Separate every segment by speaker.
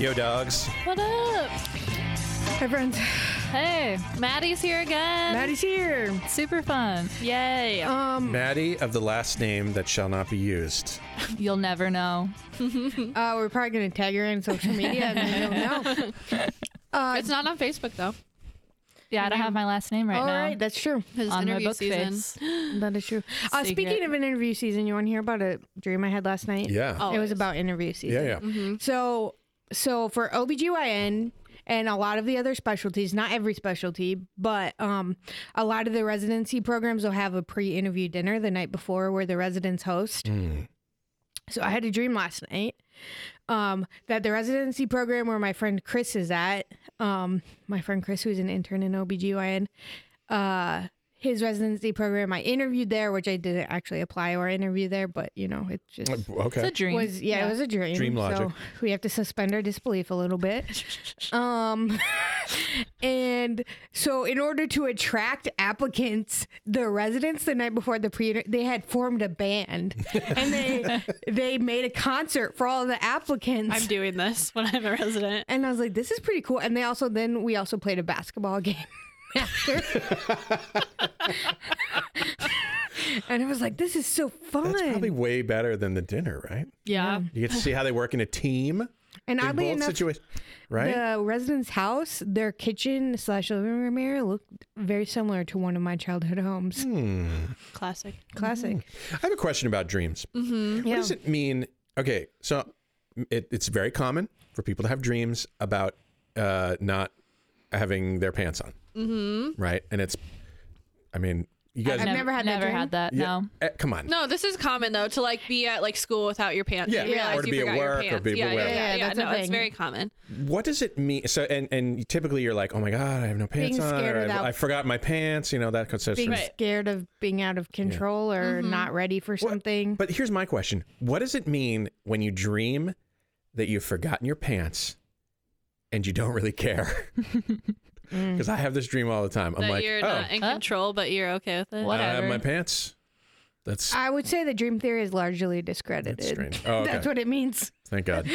Speaker 1: Yo, dogs.
Speaker 2: What up?
Speaker 3: Hi, friends.
Speaker 2: Hey, Maddie's here again.
Speaker 3: Maddie's here.
Speaker 2: Super fun. Yay.
Speaker 4: Uh,
Speaker 1: Maddie of the last name that shall not be used.
Speaker 5: You'll never know.
Speaker 3: Uh, we're probably going to tag her on social media and then you'll know.
Speaker 4: It's not on Facebook though.
Speaker 5: Yeah, I don't have my last name right
Speaker 3: All
Speaker 5: now.
Speaker 3: right, that's true.
Speaker 4: His
Speaker 5: on my
Speaker 4: interview
Speaker 5: book
Speaker 4: season.
Speaker 5: face.
Speaker 3: That is true. Uh,
Speaker 5: Secret.
Speaker 3: speaking of an interview season, you want to hear about a dream I had last night?
Speaker 1: Yeah.
Speaker 3: It was about interview season.
Speaker 1: Yeah, yeah.
Speaker 3: So so for OBGYN and a lot of the other specialties, not every specialty, but um a lot of the residency programs will have a pre-interview dinner the night before where the residents host. So I had a dream last night um that the residency program where my friend Chris is at, um my friend Chris who's an intern in OBGYN, uh his residency program I interviewed there, which I didn't actually apply or interview there, but you know, it just
Speaker 1: Okay.
Speaker 5: It's a dream.
Speaker 3: was
Speaker 4: e-
Speaker 3: yeah, it was a dream.
Speaker 1: Dream logic.
Speaker 3: So we have to suspend our disbelief a little bit. Um and so in order to attract applicants, the residents the night before the pre they had formed a band and they they made a concert for all the applicants.
Speaker 4: I'm doing this when I'm a resident.
Speaker 3: and I was like, this is pretty cool. And they also then we also played a basketball game. After. and I was like, this is so fun.
Speaker 1: That's probably way better than the dinner, right?
Speaker 4: Yeah.
Speaker 1: You get to see how they work in a team.
Speaker 3: and
Speaker 1: in
Speaker 3: oddly
Speaker 1: both
Speaker 3: enough,
Speaker 1: situations. Right?
Speaker 3: The residence house, their kitchen slash living room area looked very similar to one of my childhood homes.
Speaker 1: Hmm.
Speaker 4: Classic.
Speaker 3: Classic.
Speaker 1: I have a question about dreams. What
Speaker 3: Yeah.
Speaker 1: does it mean? Okay, so it, it's very common for people to have dreams about uh, not having their pants on. Mm-hmm. Right? And it's, I mean, you guys.
Speaker 3: I've
Speaker 5: Nev-
Speaker 3: never had that
Speaker 5: never
Speaker 3: dream.
Speaker 5: had that.
Speaker 1: yeah,
Speaker 5: No.
Speaker 1: eh, come on.
Speaker 4: No, this is common though to like be at like school without your pants.
Speaker 1: Yeah.
Speaker 4: You realize
Speaker 1: Or to
Speaker 4: you
Speaker 1: be at
Speaker 4: forgot your
Speaker 1: work or
Speaker 4: pants.
Speaker 1: be
Speaker 4: yeah,
Speaker 1: aware.
Speaker 4: yeah,
Speaker 3: Yeah,
Speaker 4: yeah,
Speaker 3: that's a
Speaker 4: no, it's
Speaker 3: thing.
Speaker 4: very common.
Speaker 1: What does it mean? So, and and typically you're like, oh my god, I have no pants
Speaker 3: Being
Speaker 1: on,
Speaker 3: scared
Speaker 1: or
Speaker 3: without-
Speaker 1: I, I forgot my pants. You know that kind of stuff.
Speaker 3: Being
Speaker 4: Right. Mm-hmm.
Speaker 3: scared of being out of control or not ready for
Speaker 1: What-
Speaker 3: something.
Speaker 1: But here's my question: What does it mean when you dream that you've forgotten your pants and you don't really care? Because I have this dream all the time. I'm
Speaker 4: that
Speaker 1: like,
Speaker 4: you're
Speaker 1: oh,
Speaker 4: not in
Speaker 5: Huh?
Speaker 4: control, but you're okay with it.
Speaker 1: I
Speaker 5: What?
Speaker 1: don't have
Speaker 5: whatever.
Speaker 1: my pants. That's
Speaker 3: I would say the dream theory is largely discredited.
Speaker 1: that's strange. Oh, okay.
Speaker 3: That's what it means.
Speaker 1: Thank God.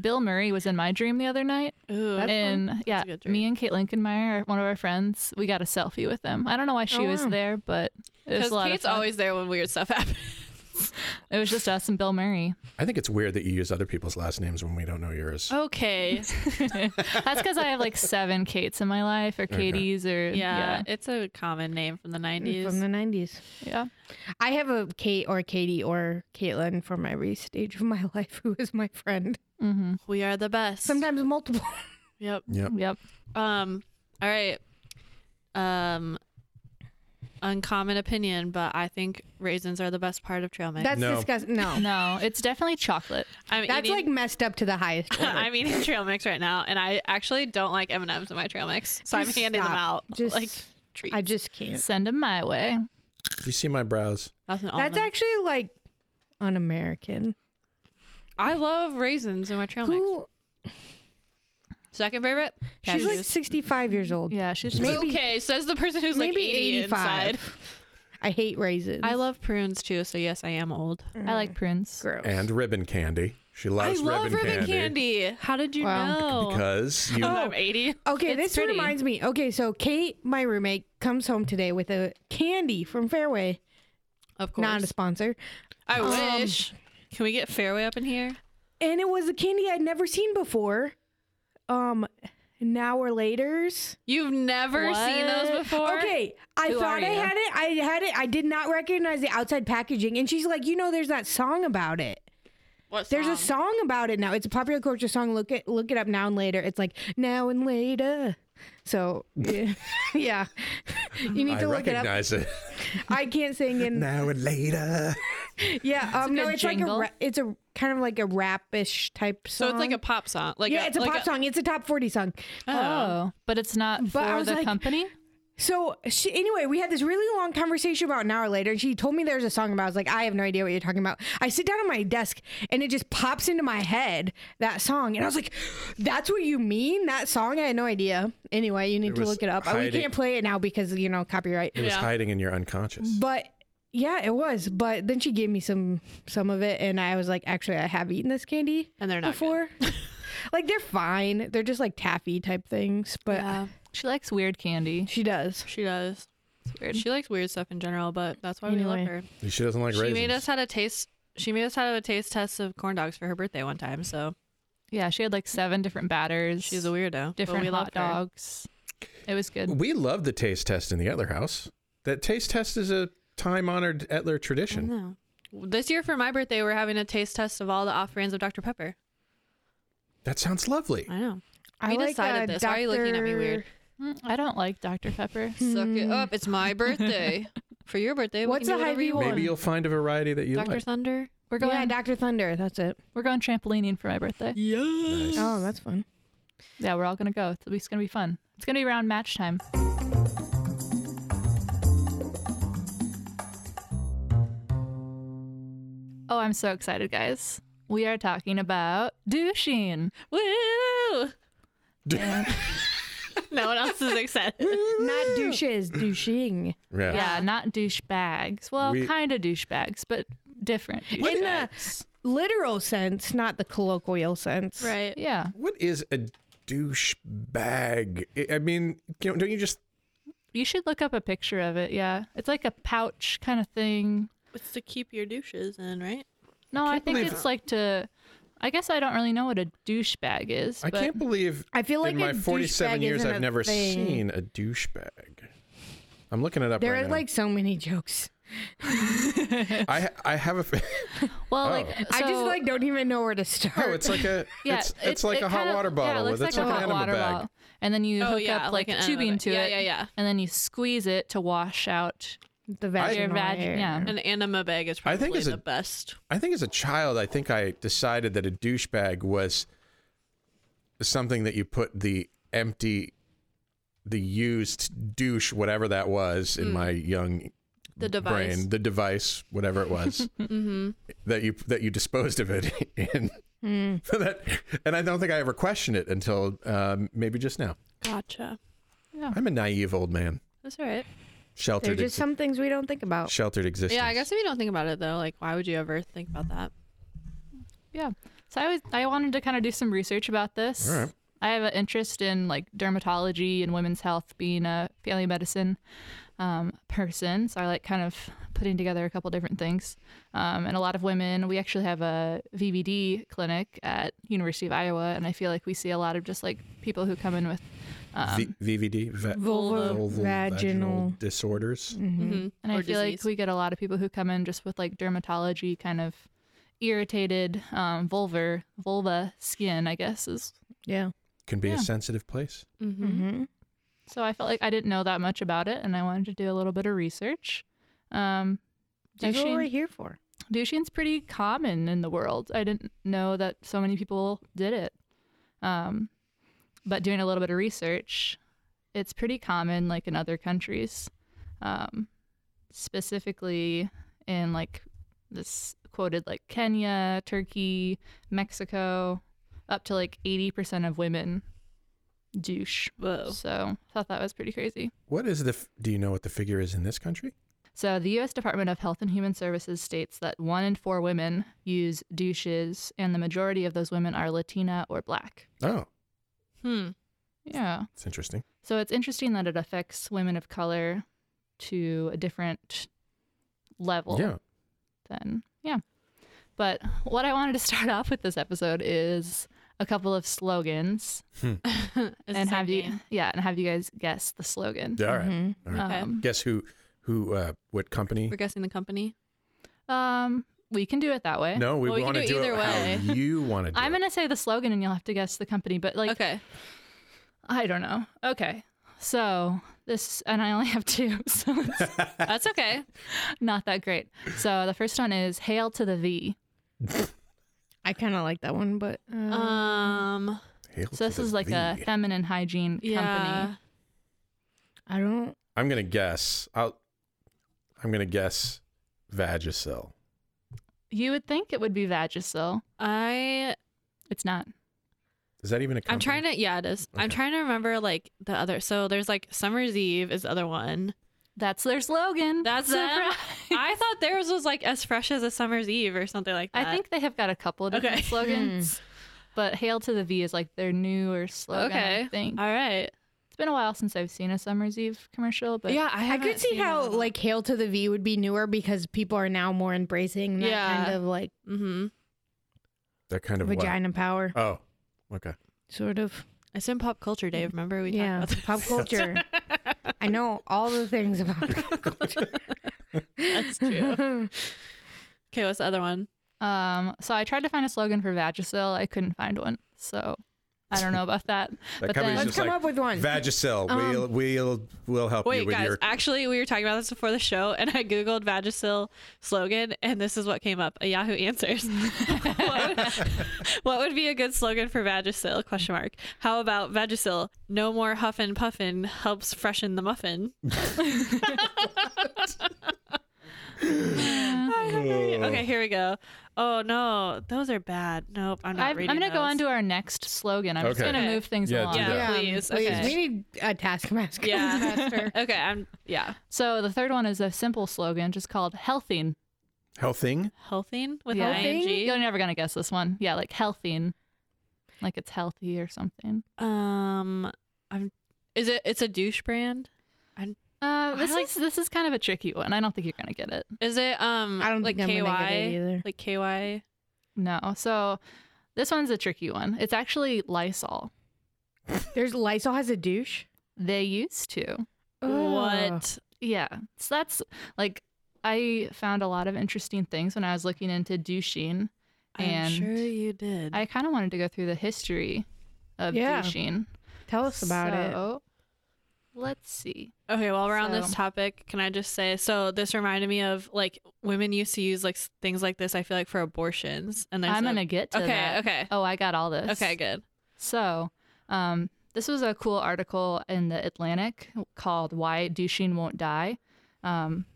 Speaker 5: Bill Murray was in my dream the other night.
Speaker 4: Ooh,
Speaker 5: and yeah,
Speaker 4: a good dream.
Speaker 5: me and Kate Linkenmeyer, one of our friends, we got a selfie with him. I don't know why she
Speaker 3: Oh,
Speaker 5: was
Speaker 3: wow.
Speaker 5: there, but it was
Speaker 4: because
Speaker 5: a lot
Speaker 4: Kate's
Speaker 5: of fun.
Speaker 4: always there when weird stuff happens.
Speaker 5: It was just us and Bill Murray.
Speaker 1: I think it's weird that you use other people's last names when we don't know
Speaker 4: Oh.
Speaker 1: yours.
Speaker 4: Okay.
Speaker 5: That's because I have like seven Kates in my life, or Katie's, or
Speaker 4: Yeah, it's a common name from the '90s.
Speaker 3: From the 90s.
Speaker 5: yeah, yeah.
Speaker 3: I have a Kate or Katie or Caitlin from every stage of my life who is my friend.
Speaker 5: Mm-hmm.
Speaker 4: we are the best.
Speaker 3: Sometimes multiple.
Speaker 4: Yep.
Speaker 1: Yep.
Speaker 5: Yep.
Speaker 4: Um. All right. Um. Uncommon opinion, but I think raisins are the best part of trail mix.
Speaker 3: That's
Speaker 1: No.
Speaker 3: disgusting. No.
Speaker 5: No, it's definitely chocolate.
Speaker 4: I'm
Speaker 3: That's
Speaker 4: eating,
Speaker 3: like messed up to the highest. order.
Speaker 4: I'm eating trail mix right now, and I actually don't like M and M's in my trail mix, so
Speaker 3: Just
Speaker 4: I'm handing them
Speaker 3: stop.
Speaker 4: out
Speaker 3: Just-
Speaker 4: like treats.
Speaker 3: I just can't.
Speaker 5: Send them my way.
Speaker 1: Did you see my brows?
Speaker 4: That's, an
Speaker 3: That's
Speaker 4: almond.
Speaker 3: actually like un-American.
Speaker 4: I love raisins in my trail mix.
Speaker 3: Who?
Speaker 4: Second favorite.
Speaker 3: She's like
Speaker 4: cashews.
Speaker 3: 65 years old.
Speaker 5: Yeah, she's just
Speaker 3: maybe-
Speaker 4: okay. Says the person who's like
Speaker 3: maybe
Speaker 4: 80
Speaker 3: 85.
Speaker 4: inside.
Speaker 3: I hate raisins.
Speaker 4: I love prunes too, so yes, I am old.
Speaker 5: I like prunes.
Speaker 3: gross.
Speaker 1: And ribbon candy. She
Speaker 4: I
Speaker 1: loves
Speaker 4: love ribbon candy.
Speaker 1: candy
Speaker 4: How did you
Speaker 3: Wow.
Speaker 4: know?
Speaker 1: because you
Speaker 4: I'm 80.
Speaker 3: okay,
Speaker 4: It's
Speaker 3: this
Speaker 4: pretty.
Speaker 3: reminds me. Okay, so Kate, my roommate, comes home today with a candy from Fairway,
Speaker 4: Of course.
Speaker 3: not a sponsor,
Speaker 4: I
Speaker 3: Um,
Speaker 4: wish. Can we get Fairway up in here?
Speaker 3: and it was a candy I'd never seen before. Um, an hour later's.
Speaker 4: You've never seen those before?
Speaker 3: Okay, I
Speaker 5: Who
Speaker 3: thought
Speaker 5: are
Speaker 3: I
Speaker 5: you?
Speaker 3: had it. I had it. I did not recognize the outside packaging, and she's like, "You know, there's that song about it."
Speaker 4: What
Speaker 3: There's a
Speaker 4: song?
Speaker 3: song about it now. It's a popular culture song. Look it look it up now and later. It's like now and later. So yeah, yeah. you need
Speaker 1: I
Speaker 3: to look it up.
Speaker 1: recognize it
Speaker 3: I can't sing in
Speaker 1: now and later.
Speaker 3: Yeah, um, no,
Speaker 5: good
Speaker 3: it's like a
Speaker 5: jingle.
Speaker 3: ra- it's a kind of like a rapish type
Speaker 4: So
Speaker 3: song.
Speaker 4: it's like a pop song. Like
Speaker 3: um, yeah,
Speaker 4: a,
Speaker 3: it's a
Speaker 4: like
Speaker 3: pop song. It's a top forty song.
Speaker 5: Oh, but it's not
Speaker 3: But I
Speaker 5: for
Speaker 3: was
Speaker 5: the
Speaker 3: like-
Speaker 5: company.
Speaker 3: So she, anyway, we had this really long conversation about an hour later, and she told me there's a song about. it. I was like, I have no idea what you're talking about. I sit down on my desk, and it just pops into my head that song, and I was like, that's what you mean that song? I had no idea. Anyway, you need to
Speaker 1: was
Speaker 3: look it up. Uh, We
Speaker 1: hiding-
Speaker 3: can't play it now because you know copyright.
Speaker 1: It was
Speaker 4: Yeah.
Speaker 1: hiding in your unconscious.
Speaker 3: But yeah, it was. But then she gave me some some of it, and I was like, actually, I have eaten this candy
Speaker 4: And they're not
Speaker 3: before. like they're fine. They're just like taffy type things, but
Speaker 4: Yeah,
Speaker 5: She likes weird candy.
Speaker 3: she does.
Speaker 4: she does.
Speaker 5: It's weird.
Speaker 4: She likes weird stuff in general, but that's why we love
Speaker 3: Mm. Anyway.
Speaker 4: her.
Speaker 1: She doesn't like
Speaker 4: she
Speaker 1: raisins.
Speaker 4: made us have a taste. She made us have a taste test of corn dogs for her birthday one time. So
Speaker 5: Yeah, she had like seven different batters.
Speaker 4: she's a weirdo. but
Speaker 5: different
Speaker 4: we loved
Speaker 5: hot
Speaker 4: her.
Speaker 5: dogs. It was good.
Speaker 1: we love the taste test in the Etler house. That taste test is a time-honored Etler tradition.
Speaker 4: No. This year for my birthday, we're having a taste test of all the off brands of Dr Pepper.
Speaker 1: That sounds lovely.
Speaker 4: I know.
Speaker 3: I uh,
Speaker 4: We decided this. Why are you looking at me weird?
Speaker 5: Mm, I don't like Dr. Pepper.
Speaker 4: Suck it up. It's my birthday. for your birthday,
Speaker 3: What's
Speaker 4: we can
Speaker 3: a
Speaker 4: do whatever
Speaker 3: Hy-Vee
Speaker 4: you
Speaker 3: one?
Speaker 4: want.
Speaker 1: Maybe you'll find a variety that you
Speaker 4: Dr
Speaker 1: like.
Speaker 4: Thunder.
Speaker 5: We're going.
Speaker 3: Yeah, Doctor Thunder. That's it.
Speaker 5: we're going trampolining for my birthday.
Speaker 1: Nice.
Speaker 3: Oh, that's fun.
Speaker 5: Yeah, we're all gonna go. It's, it's gonna be fun. It's gonna be around match time. Oh, I'm so excited, guys. We are talking about douching.
Speaker 4: Woo! no one else is excited.
Speaker 3: Not douches, douching.
Speaker 1: Yeah.
Speaker 5: Yeah, not douchebags. Well,
Speaker 1: We-
Speaker 5: kind of douchebags, but different. douche-
Speaker 3: In the literal sense, not the colloquial sense.
Speaker 4: right.
Speaker 5: Yeah.
Speaker 1: What is a douchebag? I- I mean, you know, don't you just
Speaker 5: You should look up a picture of it. Yeah. It's like a pouch kind of thing.
Speaker 4: It's to keep your douches in, right?
Speaker 5: No, I, think
Speaker 1: believe-
Speaker 5: it's like to. I guess I don't really know what a douchebag is.
Speaker 1: I
Speaker 5: but
Speaker 1: can't believe
Speaker 3: I feel like
Speaker 1: in my
Speaker 3: a
Speaker 1: 47
Speaker 3: douchebag
Speaker 1: years
Speaker 3: isn't
Speaker 1: I've
Speaker 3: a
Speaker 1: never
Speaker 3: thing.
Speaker 1: seen a douchebag. I'm looking it up
Speaker 3: There
Speaker 1: right
Speaker 3: are
Speaker 1: now.
Speaker 3: like so many jokes.
Speaker 1: I I have a f-
Speaker 5: Well,
Speaker 1: Oh.
Speaker 5: like
Speaker 3: I just
Speaker 5: so-
Speaker 3: like don't even know where to start.
Speaker 1: Oh, it's like a
Speaker 5: Yeah,
Speaker 1: it's, it's, like
Speaker 5: it
Speaker 1: a hot
Speaker 5: kind of-
Speaker 1: water
Speaker 5: Yeah,
Speaker 1: bottle
Speaker 5: it
Speaker 1: with
Speaker 5: looks
Speaker 1: it's
Speaker 5: like a
Speaker 1: like an
Speaker 5: hot
Speaker 1: animal
Speaker 5: water
Speaker 1: bag.
Speaker 5: bottle, and then you
Speaker 4: Oh,
Speaker 5: hook
Speaker 4: yeah, like
Speaker 5: up like,
Speaker 4: an animal
Speaker 5: tubing
Speaker 4: bag.
Speaker 5: to
Speaker 4: Yeah,
Speaker 5: it.
Speaker 4: yeah, yeah.
Speaker 5: And then you squeeze it to wash out.
Speaker 3: the
Speaker 5: Your
Speaker 3: vaginal
Speaker 5: vag-
Speaker 3: hair.
Speaker 5: yeah.
Speaker 4: An anima bag is
Speaker 1: I
Speaker 4: probably
Speaker 1: think it's
Speaker 4: the
Speaker 1: a-
Speaker 4: best.
Speaker 1: I think as a child, I think I decided that a douchebag was something that you put the empty, the used douche, whatever that was, in my young
Speaker 4: The device.
Speaker 1: brain, the device, whatever it was, that you that you disposed of it in.
Speaker 3: Hmm.
Speaker 1: So that, and I don't think I ever questioned it until um, maybe just now.
Speaker 4: Gotcha.
Speaker 1: I'm a naive old man,
Speaker 4: That's all
Speaker 3: There
Speaker 4: right.
Speaker 3: are
Speaker 1: sheltered,
Speaker 3: just
Speaker 1: exi-
Speaker 3: some things we don't think about.
Speaker 1: sheltered existence.
Speaker 4: Yeah, I guess if you don't think about it though, like why would you ever think about that?
Speaker 5: Yeah. So I was I wanted to kind of do some research about this.
Speaker 1: All right.
Speaker 5: I have an interest in like dermatology and women's health, being a family medicine um, person. So I like kind of putting together a couple different things. Um, and a lot of women, we actually have a VVD clinic at University of Iowa, and I feel like we see a lot of just like people who come in with, um,
Speaker 1: v- VVD, va-
Speaker 3: Vulva,
Speaker 1: vulval
Speaker 3: vaginal.
Speaker 1: disorders.
Speaker 4: Mm-hmm.
Speaker 5: and I
Speaker 4: or
Speaker 5: feel
Speaker 4: disease.
Speaker 5: like we get a lot of people who come in just with like dermatology kind of irritated um, vulvar vulva skin, I guess is
Speaker 3: Yeah.
Speaker 1: Can be a
Speaker 5: Yeah.
Speaker 1: sensitive place.
Speaker 4: Mm-hmm.
Speaker 5: So I felt like I didn't know that much about it, and I wanted to do a little bit of research. Um,
Speaker 3: That's what we're
Speaker 5: douching,
Speaker 3: here for.
Speaker 5: douching's pretty common in the world. I didn't know that so many people did it. Um, but doing a little bit of research, it's pretty common, like in other countries, um, specifically in like this quoted like Kenya, Turkey, Mexico, up to like eighty percent of women douche.
Speaker 4: Whoa.
Speaker 5: So thought that was pretty crazy.
Speaker 1: What is the? f- Do you know what the figure is in this country?
Speaker 5: So the U.S. Department of Health and Human Services states that one in four women use douches, and the majority of those women are Latina or Black.
Speaker 1: Oh,
Speaker 4: Hmm.
Speaker 5: Yeah.
Speaker 1: it's interesting.
Speaker 5: So it's interesting that it affects women of color to a different level.
Speaker 1: yeah,
Speaker 5: Then yeah. But what I wanted to start off with this episode is a couple of slogans,
Speaker 4: It's
Speaker 5: and
Speaker 4: the same
Speaker 5: have you yeah, and have you guys guess the slogan?
Speaker 1: Yeah, all right.
Speaker 3: mm-hmm.
Speaker 1: All right.
Speaker 4: Okay.
Speaker 5: Um,
Speaker 1: Guess who? Who? Uh, what company?
Speaker 4: We're guessing the company.
Speaker 5: um, we can do it that way.
Speaker 1: No, we
Speaker 4: Well, we can
Speaker 1: want to
Speaker 4: do
Speaker 1: do,
Speaker 4: it
Speaker 1: it
Speaker 4: either
Speaker 1: how you want to do.
Speaker 5: I'm
Speaker 1: it.
Speaker 5: gonna say the slogan, and you'll have to guess the company. But like,
Speaker 4: okay.
Speaker 5: I don't know. Okay, so This and I only have two, so it's
Speaker 4: That's okay.
Speaker 5: not that great. So the first one is "Hail to the V."
Speaker 3: I kind of like that one, but uh,
Speaker 4: Um,
Speaker 1: Hail
Speaker 5: So
Speaker 1: to
Speaker 5: this
Speaker 1: the
Speaker 5: is like a
Speaker 1: V.
Speaker 5: feminine hygiene
Speaker 4: yeah.
Speaker 5: company.
Speaker 3: I don't.
Speaker 1: I'm gonna guess. I'll. I'm gonna guess. Vagisil.
Speaker 5: You would think it would be Vagisil.
Speaker 4: I
Speaker 5: It's not.
Speaker 1: Is that even a company?
Speaker 4: I'm trying to yeah, it is. I'm
Speaker 1: Okay.
Speaker 4: trying to remember like the other. So there's like Summer's Eve is the other one.
Speaker 5: That's their slogan.
Speaker 4: That's them?
Speaker 5: Surprise.
Speaker 4: I thought theirs was like as fresh as a Summer's Eve or something like that.
Speaker 5: I think they have got a couple of different
Speaker 4: Okay.
Speaker 3: Mm.
Speaker 4: Hmm.
Speaker 5: slogans, but "Hail to the V" is like their newer slogan.
Speaker 4: Okay.
Speaker 5: I think
Speaker 4: All right.
Speaker 5: it's been a while since I've seen a Summer's Eve commercial, but
Speaker 4: yeah, I,
Speaker 3: I could see how like "Hail to the V" would be newer because people are now more embracing that
Speaker 4: Yeah.
Speaker 3: kind of like
Speaker 4: Mm-hmm.
Speaker 1: That kind of what?
Speaker 3: vagina power,
Speaker 1: Oh. Okay.
Speaker 3: sort of.
Speaker 4: It's in pop culture,
Speaker 5: Mm.
Speaker 4: Dave. Remember we
Speaker 3: yeah,
Speaker 4: talked about
Speaker 3: pop culture. I know all the things about pop culture.
Speaker 4: That's true. Okay, what's the other one?
Speaker 5: Um, so I tried to find a slogan for Vagisil. I couldn't find one. So I don't know about that.
Speaker 1: That
Speaker 5: but
Speaker 1: company's
Speaker 3: Let's
Speaker 5: then,
Speaker 1: just
Speaker 3: come
Speaker 1: like,
Speaker 3: up with one.
Speaker 1: Vagisil.
Speaker 3: Um,
Speaker 1: we'll we'll we'll help you
Speaker 4: Wait,
Speaker 1: with
Speaker 4: guys.
Speaker 1: your.
Speaker 4: Actually, we were talking about this before the show, and I googled Vagisil slogan, and this is what came up: a Yahoo Answers. what, would, what would be a good slogan for Vagisil? Question mark. How about Vagisil? No more huffin' puffin helps freshen the muffin.
Speaker 1: Uh.
Speaker 4: okay, here we go. Oh no, those are bad. Nope, I'm not
Speaker 5: I've, I'm
Speaker 4: reading.
Speaker 5: gonna go
Speaker 4: those.
Speaker 5: on to our next slogan. I'm just
Speaker 1: Okay.
Speaker 5: gonna move things
Speaker 1: Yeah,
Speaker 5: along.
Speaker 1: do that.
Speaker 4: Yeah, please. Okay.
Speaker 3: Um, We need a taskmaster.
Speaker 4: Yeah.
Speaker 3: Taskmaster.
Speaker 4: Okay, I'm yeah.
Speaker 5: So the third one is a simple slogan, just called healthing.
Speaker 1: Healthing.
Speaker 4: Healthing with
Speaker 5: Yeah.
Speaker 4: an ing.
Speaker 5: You're never gonna guess this one. Yeah, like healthing, like it's healthy or something.
Speaker 4: Um, I'm. Is it? It's a douche brand.
Speaker 5: Uh, this
Speaker 4: like-
Speaker 5: is this is kind of a tricky one. I don't think you're gonna get it.
Speaker 4: Is it? Um,
Speaker 3: I don't
Speaker 4: like
Speaker 3: think I'm
Speaker 4: KY.
Speaker 3: gonna get it either.
Speaker 4: Like KY.
Speaker 5: No. So this one's a tricky one. It's actually Lysol.
Speaker 3: There's Lysol has a douche.
Speaker 5: They used to.
Speaker 3: Ugh.
Speaker 4: What?
Speaker 5: Yeah. So that's like I found a lot of interesting things when I was looking into douching.
Speaker 4: I'm
Speaker 5: And
Speaker 4: sure you did.
Speaker 5: I kind of wanted to go through the history of
Speaker 3: Yeah.
Speaker 5: douching.
Speaker 3: Tell us about it.
Speaker 5: so, Let's see.
Speaker 4: okay, while we're on this
Speaker 5: So-
Speaker 4: topic, can I just say? So this reminded me of like women used to use like s- things like this. I feel like for abortions, and there's
Speaker 5: I'm
Speaker 4: a-
Speaker 5: going to get to
Speaker 4: Okay,
Speaker 5: that.
Speaker 4: okay,
Speaker 5: Oh, I got all this.
Speaker 4: okay, good.
Speaker 5: So, um, this was a cool article in the Atlantic called "Why Douching Won't Die," um,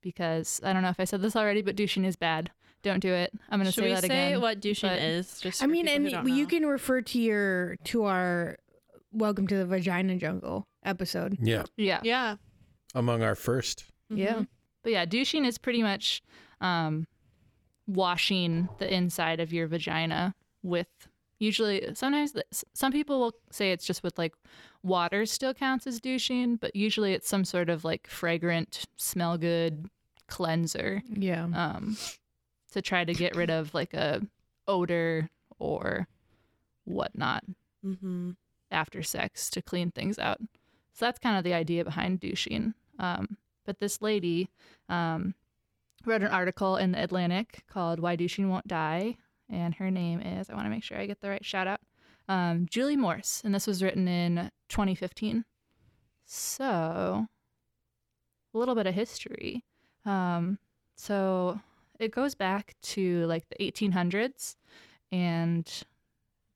Speaker 5: because I don't know if I said this already, but douching is bad. Don't do it. I'm gonna
Speaker 4: Should
Speaker 5: say
Speaker 4: we
Speaker 5: that
Speaker 4: say
Speaker 5: again.
Speaker 4: what douching
Speaker 5: but-
Speaker 4: is? Just
Speaker 3: I
Speaker 4: for
Speaker 3: mean,
Speaker 4: people who
Speaker 3: and
Speaker 4: don't
Speaker 3: you
Speaker 4: know?
Speaker 3: can refer to your to our "Welcome to the Vagina Jungle" episode.
Speaker 1: Yeah.
Speaker 5: yeah,
Speaker 4: Yeah.
Speaker 1: Among our first.
Speaker 4: Mm-hmm.
Speaker 3: Yeah.
Speaker 5: but yeah, douching is pretty much um, washing the inside of your vagina with. Usually, sometimes th- s- some people will say it's just with like water still counts as douching, but usually it's some sort of like fragrant, smell good cleanser.
Speaker 3: Yeah.
Speaker 5: um, to try to get rid of like a odor or whatnot
Speaker 4: Mm-hmm.
Speaker 5: after sex to clean things out. So that's kind of the idea behind douching. Um, but this lady um, wrote an article in the Atlantic called "Why Douching Won't Die," and her name is I want to make sure I get the right shout out um, Julie Morse, and this was written in 2015. So a little bit of history. Um, so it goes back to like the 1800s, and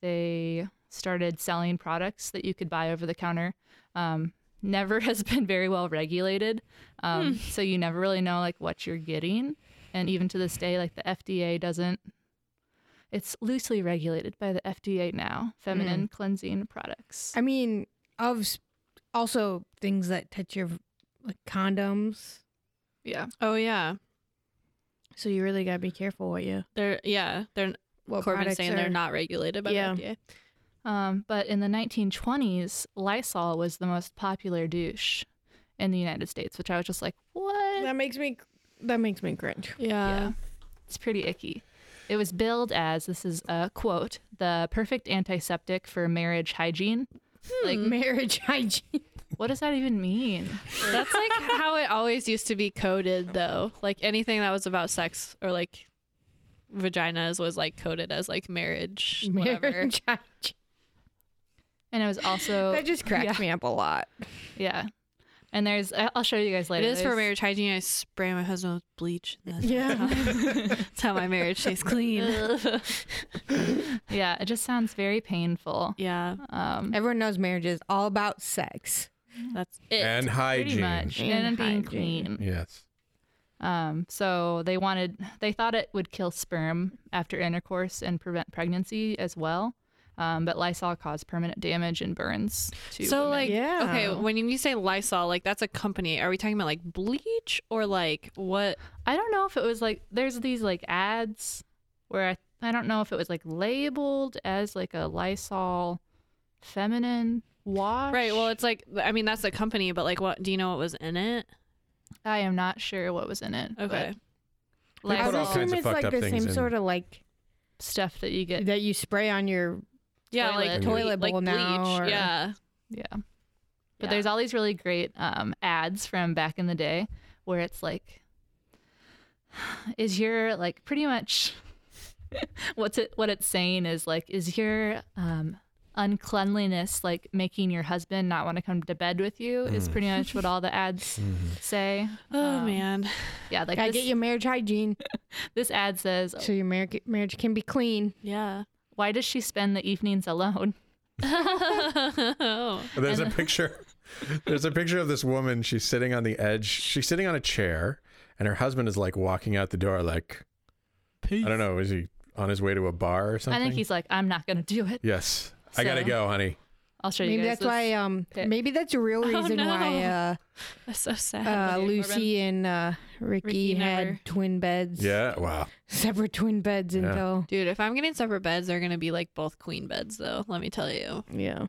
Speaker 5: they started selling products that you could buy over the counter. Um, never has been very well regulated, um, so you never really know like what you're getting. And even to this day, like the FDA doesn't. It's loosely regulated by the FDA now. Feminine cleansing products.
Speaker 3: I mean, of s- also things that touch your like condoms.
Speaker 5: yeah.
Speaker 4: Oh yeah.
Speaker 3: So you really gotta be careful what you
Speaker 4: They're yeah. They're
Speaker 3: what
Speaker 4: Corbin's
Speaker 3: products
Speaker 4: saying
Speaker 3: are.
Speaker 4: they're not regulated by
Speaker 3: Yeah.
Speaker 4: the FDA.
Speaker 5: Um, but in the 1920s, Lysol was the most popular douche in the United States, which I was just like, what?
Speaker 3: That makes me. That makes me cringe.
Speaker 5: Yeah.
Speaker 4: Yeah.
Speaker 5: It's pretty icky. It was billed as this is a quote, the perfect antiseptic for marriage hygiene.
Speaker 4: Hmm.
Speaker 3: Like marriage hygiene.
Speaker 5: What does that even mean?
Speaker 4: That's like how it always used to be coded, though. Like anything that was about sex or like vaginas was like coded as like marriage, whatever.
Speaker 3: Marriage hygiene.
Speaker 5: And it was also
Speaker 3: That just cracks
Speaker 5: yeah,
Speaker 3: me up a lot.
Speaker 5: Yeah. And there's I- I'll show you guys
Speaker 4: It
Speaker 5: later.
Speaker 4: is for
Speaker 5: There's-
Speaker 4: marriage hygiene. I spray my husband with bleach. That's
Speaker 3: Yeah.
Speaker 4: how, that's how my marriage stays clean.
Speaker 5: Yeah, it just sounds very painful.
Speaker 4: yeah,
Speaker 5: Um
Speaker 3: Everyone knows marriage is all about sex.
Speaker 4: that's
Speaker 1: and
Speaker 5: pretty
Speaker 1: hygiene.
Speaker 5: much.
Speaker 3: And
Speaker 5: And, being
Speaker 3: hygiene.
Speaker 5: clean.
Speaker 1: Yes.
Speaker 5: Um so they wanted they thought it would kill sperm after intercourse and prevent pregnancy as well. Um, but Lysol caused permanent damage and burns to
Speaker 4: so
Speaker 5: women.
Speaker 4: like
Speaker 3: Yeah.
Speaker 4: okay. When you say Lysol, like that's a company. Are we talking about like bleach or like what?
Speaker 5: I don't know if it was like there's these like ads where I I don't know if it was like labeled as like a Lysol feminine
Speaker 3: Oh,
Speaker 5: wash.
Speaker 4: Right. Well, it's like I mean that's a company, but like what? Do you know what was in it?
Speaker 5: I am not sure what was in it. but
Speaker 4: Okay.
Speaker 1: They
Speaker 3: I
Speaker 1: put
Speaker 3: would
Speaker 1: all kinds
Speaker 5: Lysol
Speaker 3: assume
Speaker 1: of
Speaker 3: it's
Speaker 1: fucked
Speaker 3: like
Speaker 1: up
Speaker 3: the
Speaker 1: things
Speaker 3: same
Speaker 1: in.
Speaker 3: sort of like
Speaker 5: stuff that you get.
Speaker 3: that you spray on your
Speaker 4: Yeah,
Speaker 5: Toilet.
Speaker 4: like
Speaker 3: Toilet
Speaker 4: like
Speaker 3: bowl now
Speaker 4: bleach.
Speaker 3: or-
Speaker 4: Yeah.
Speaker 5: Yeah. But there's all these really great um, ads from back in the day where it's like, is your like pretty much what's it what it's saying is like is your um, uncleanliness like making your husband not want to come to bed with you is pretty much what all the ads say.
Speaker 4: Oh
Speaker 5: Um,
Speaker 4: man.
Speaker 5: yeah, like
Speaker 3: I
Speaker 5: this,
Speaker 3: get your marriage hygiene
Speaker 5: this ad says,
Speaker 3: so your marriage marriage can be clean.
Speaker 4: Yeah.
Speaker 5: why does she spend the evenings alone?
Speaker 4: oh.
Speaker 1: There's a picture. There's a picture of this woman. She's sitting on the edge. She's sitting on a chair, and her husband is like walking out the door. Like, I don't know. Is he on his way to a bar or something?
Speaker 5: I think he's like, I'm not gonna do it.
Speaker 1: Yes, I gotta
Speaker 5: So-
Speaker 1: go, honey.
Speaker 5: I'll show you
Speaker 3: Maybe
Speaker 5: guys.
Speaker 3: that's why
Speaker 5: this.
Speaker 3: um
Speaker 5: pic.
Speaker 3: maybe that's a real reason why
Speaker 4: That's so sad.
Speaker 3: uh, uh
Speaker 4: Corbin.
Speaker 3: Lucy and uh Ricky,
Speaker 4: Ricky
Speaker 3: had
Speaker 4: never-
Speaker 3: twin beds.
Speaker 1: Yeah. Wow.
Speaker 3: Separate twin beds
Speaker 1: Yeah.
Speaker 3: until
Speaker 4: Dude, if I'm getting separate beds, they're gonna be like both queen beds, though. Let me tell you.
Speaker 3: Yeah.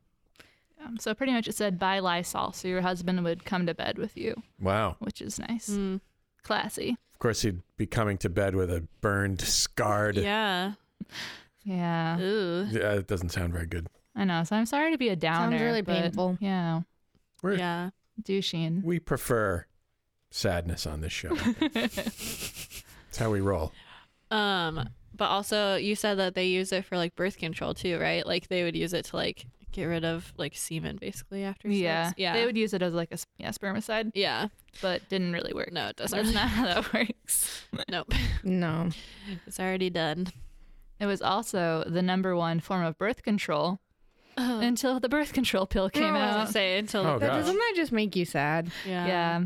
Speaker 5: Um, so pretty much it said buy Lysol so your husband would come to bed with you,
Speaker 1: Wow.
Speaker 5: which is nice.
Speaker 4: Mm.
Speaker 5: Classy.
Speaker 1: Of course, he'd be coming to bed with a burned, scarred.
Speaker 4: Yeah.
Speaker 5: Yeah.
Speaker 4: Ooh.
Speaker 1: Yeah, it doesn't sound very good.
Speaker 5: I know. So I'm sorry to be a downer.
Speaker 3: really
Speaker 5: but,
Speaker 3: painful.
Speaker 5: Yeah.
Speaker 1: We're,
Speaker 4: Yeah.
Speaker 5: Douching.
Speaker 1: We prefer sadness on this show. That's how we roll.
Speaker 4: Um. But also, you said that they use it for like birth control too, right? Like they would use it to like get rid of like semen, basically after. Sex.
Speaker 5: Yeah.
Speaker 4: Yeah.
Speaker 5: They would use it as like a s- yeah, spermicide,
Speaker 4: Yeah.
Speaker 5: but didn't really work.
Speaker 4: No, it doesn't.
Speaker 5: That's not how that works.
Speaker 4: Nope.
Speaker 3: No.
Speaker 4: it's already done.
Speaker 5: It was also the number one form of birth control
Speaker 4: Oh.
Speaker 5: until the birth control pill came
Speaker 4: I was
Speaker 5: out.
Speaker 4: gonna say until.
Speaker 1: Oh,
Speaker 3: That
Speaker 1: gosh.
Speaker 3: doesn't that just make you sad?
Speaker 4: Yeah.
Speaker 5: yeah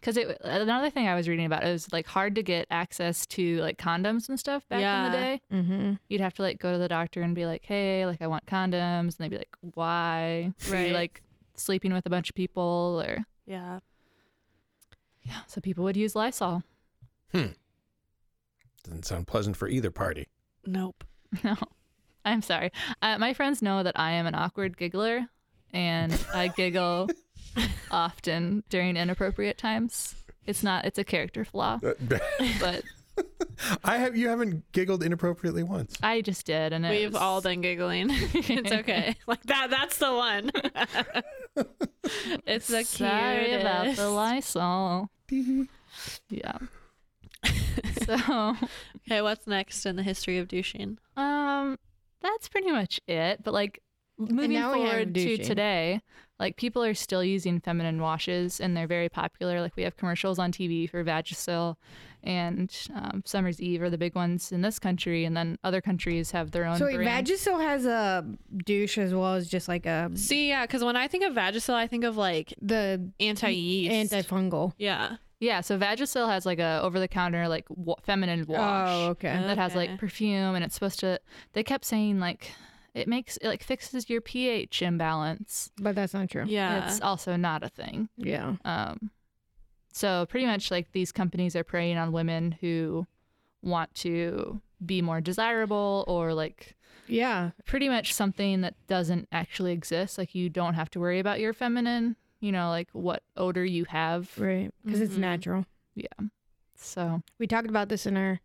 Speaker 5: because it another thing i was reading about it was like hard to get access to like condoms and stuff back in the
Speaker 4: Yeah.
Speaker 5: day
Speaker 3: Mm-hmm.
Speaker 5: you'd have to like go to the doctor and be like hey like i want condoms and they'd be like why Were you,
Speaker 4: Right.
Speaker 5: like sleeping with a bunch of people or
Speaker 4: Yeah.
Speaker 5: yeah so people would use lysol
Speaker 1: Doesn't sound pleasant for either party.
Speaker 4: Nope.
Speaker 5: no i'm sorry uh, my friends know that i am an awkward giggler and i giggle often during inappropriate times it's not it's a character flaw but
Speaker 1: I have you haven't giggled inappropriately once.
Speaker 5: I just did, and it
Speaker 4: We've
Speaker 5: was-
Speaker 4: all been giggling. it's okay. Like that. That's the one. it's the
Speaker 5: Sorry about
Speaker 4: cutest.
Speaker 5: the Lysol. yeah. so,
Speaker 4: Okay, what's next in the history of douching?
Speaker 5: um, that's pretty much it. But like moving
Speaker 3: now we have
Speaker 5: forward to
Speaker 3: douching.
Speaker 5: today, like people are still using feminine washes, and they're very popular. Like we have commercials on TV for Vagisil and um, Summer's Eve are the big ones in this country, and then other countries have their own.
Speaker 3: So wait,
Speaker 5: brand.
Speaker 3: Vagisil has a douche as well as just like a
Speaker 4: See, yeah, because when I think of Vagisil, I think of like
Speaker 3: the
Speaker 4: anti yeast.
Speaker 3: antifungal.
Speaker 4: yeah.
Speaker 5: yeah. So Vagisil has like a over-the-counter like wa- feminine wash.
Speaker 3: Oh, okay.
Speaker 5: that has
Speaker 4: Okay.
Speaker 5: like perfume and it's supposed to they kept saying like it makes it like fixes your pH imbalance.
Speaker 3: But that's not true.
Speaker 4: Yeah.
Speaker 5: It's also not a thing.
Speaker 3: Yeah.
Speaker 5: Um so pretty much like these companies are preying on women who want to be more desirable or like
Speaker 3: Yeah.
Speaker 5: pretty much something that doesn't actually exist. Like you don't have to worry about your feminine, you know, like what odor you have.
Speaker 3: Right. Because it's
Speaker 4: Mhm.
Speaker 3: natural.
Speaker 5: So
Speaker 3: We talked about this in our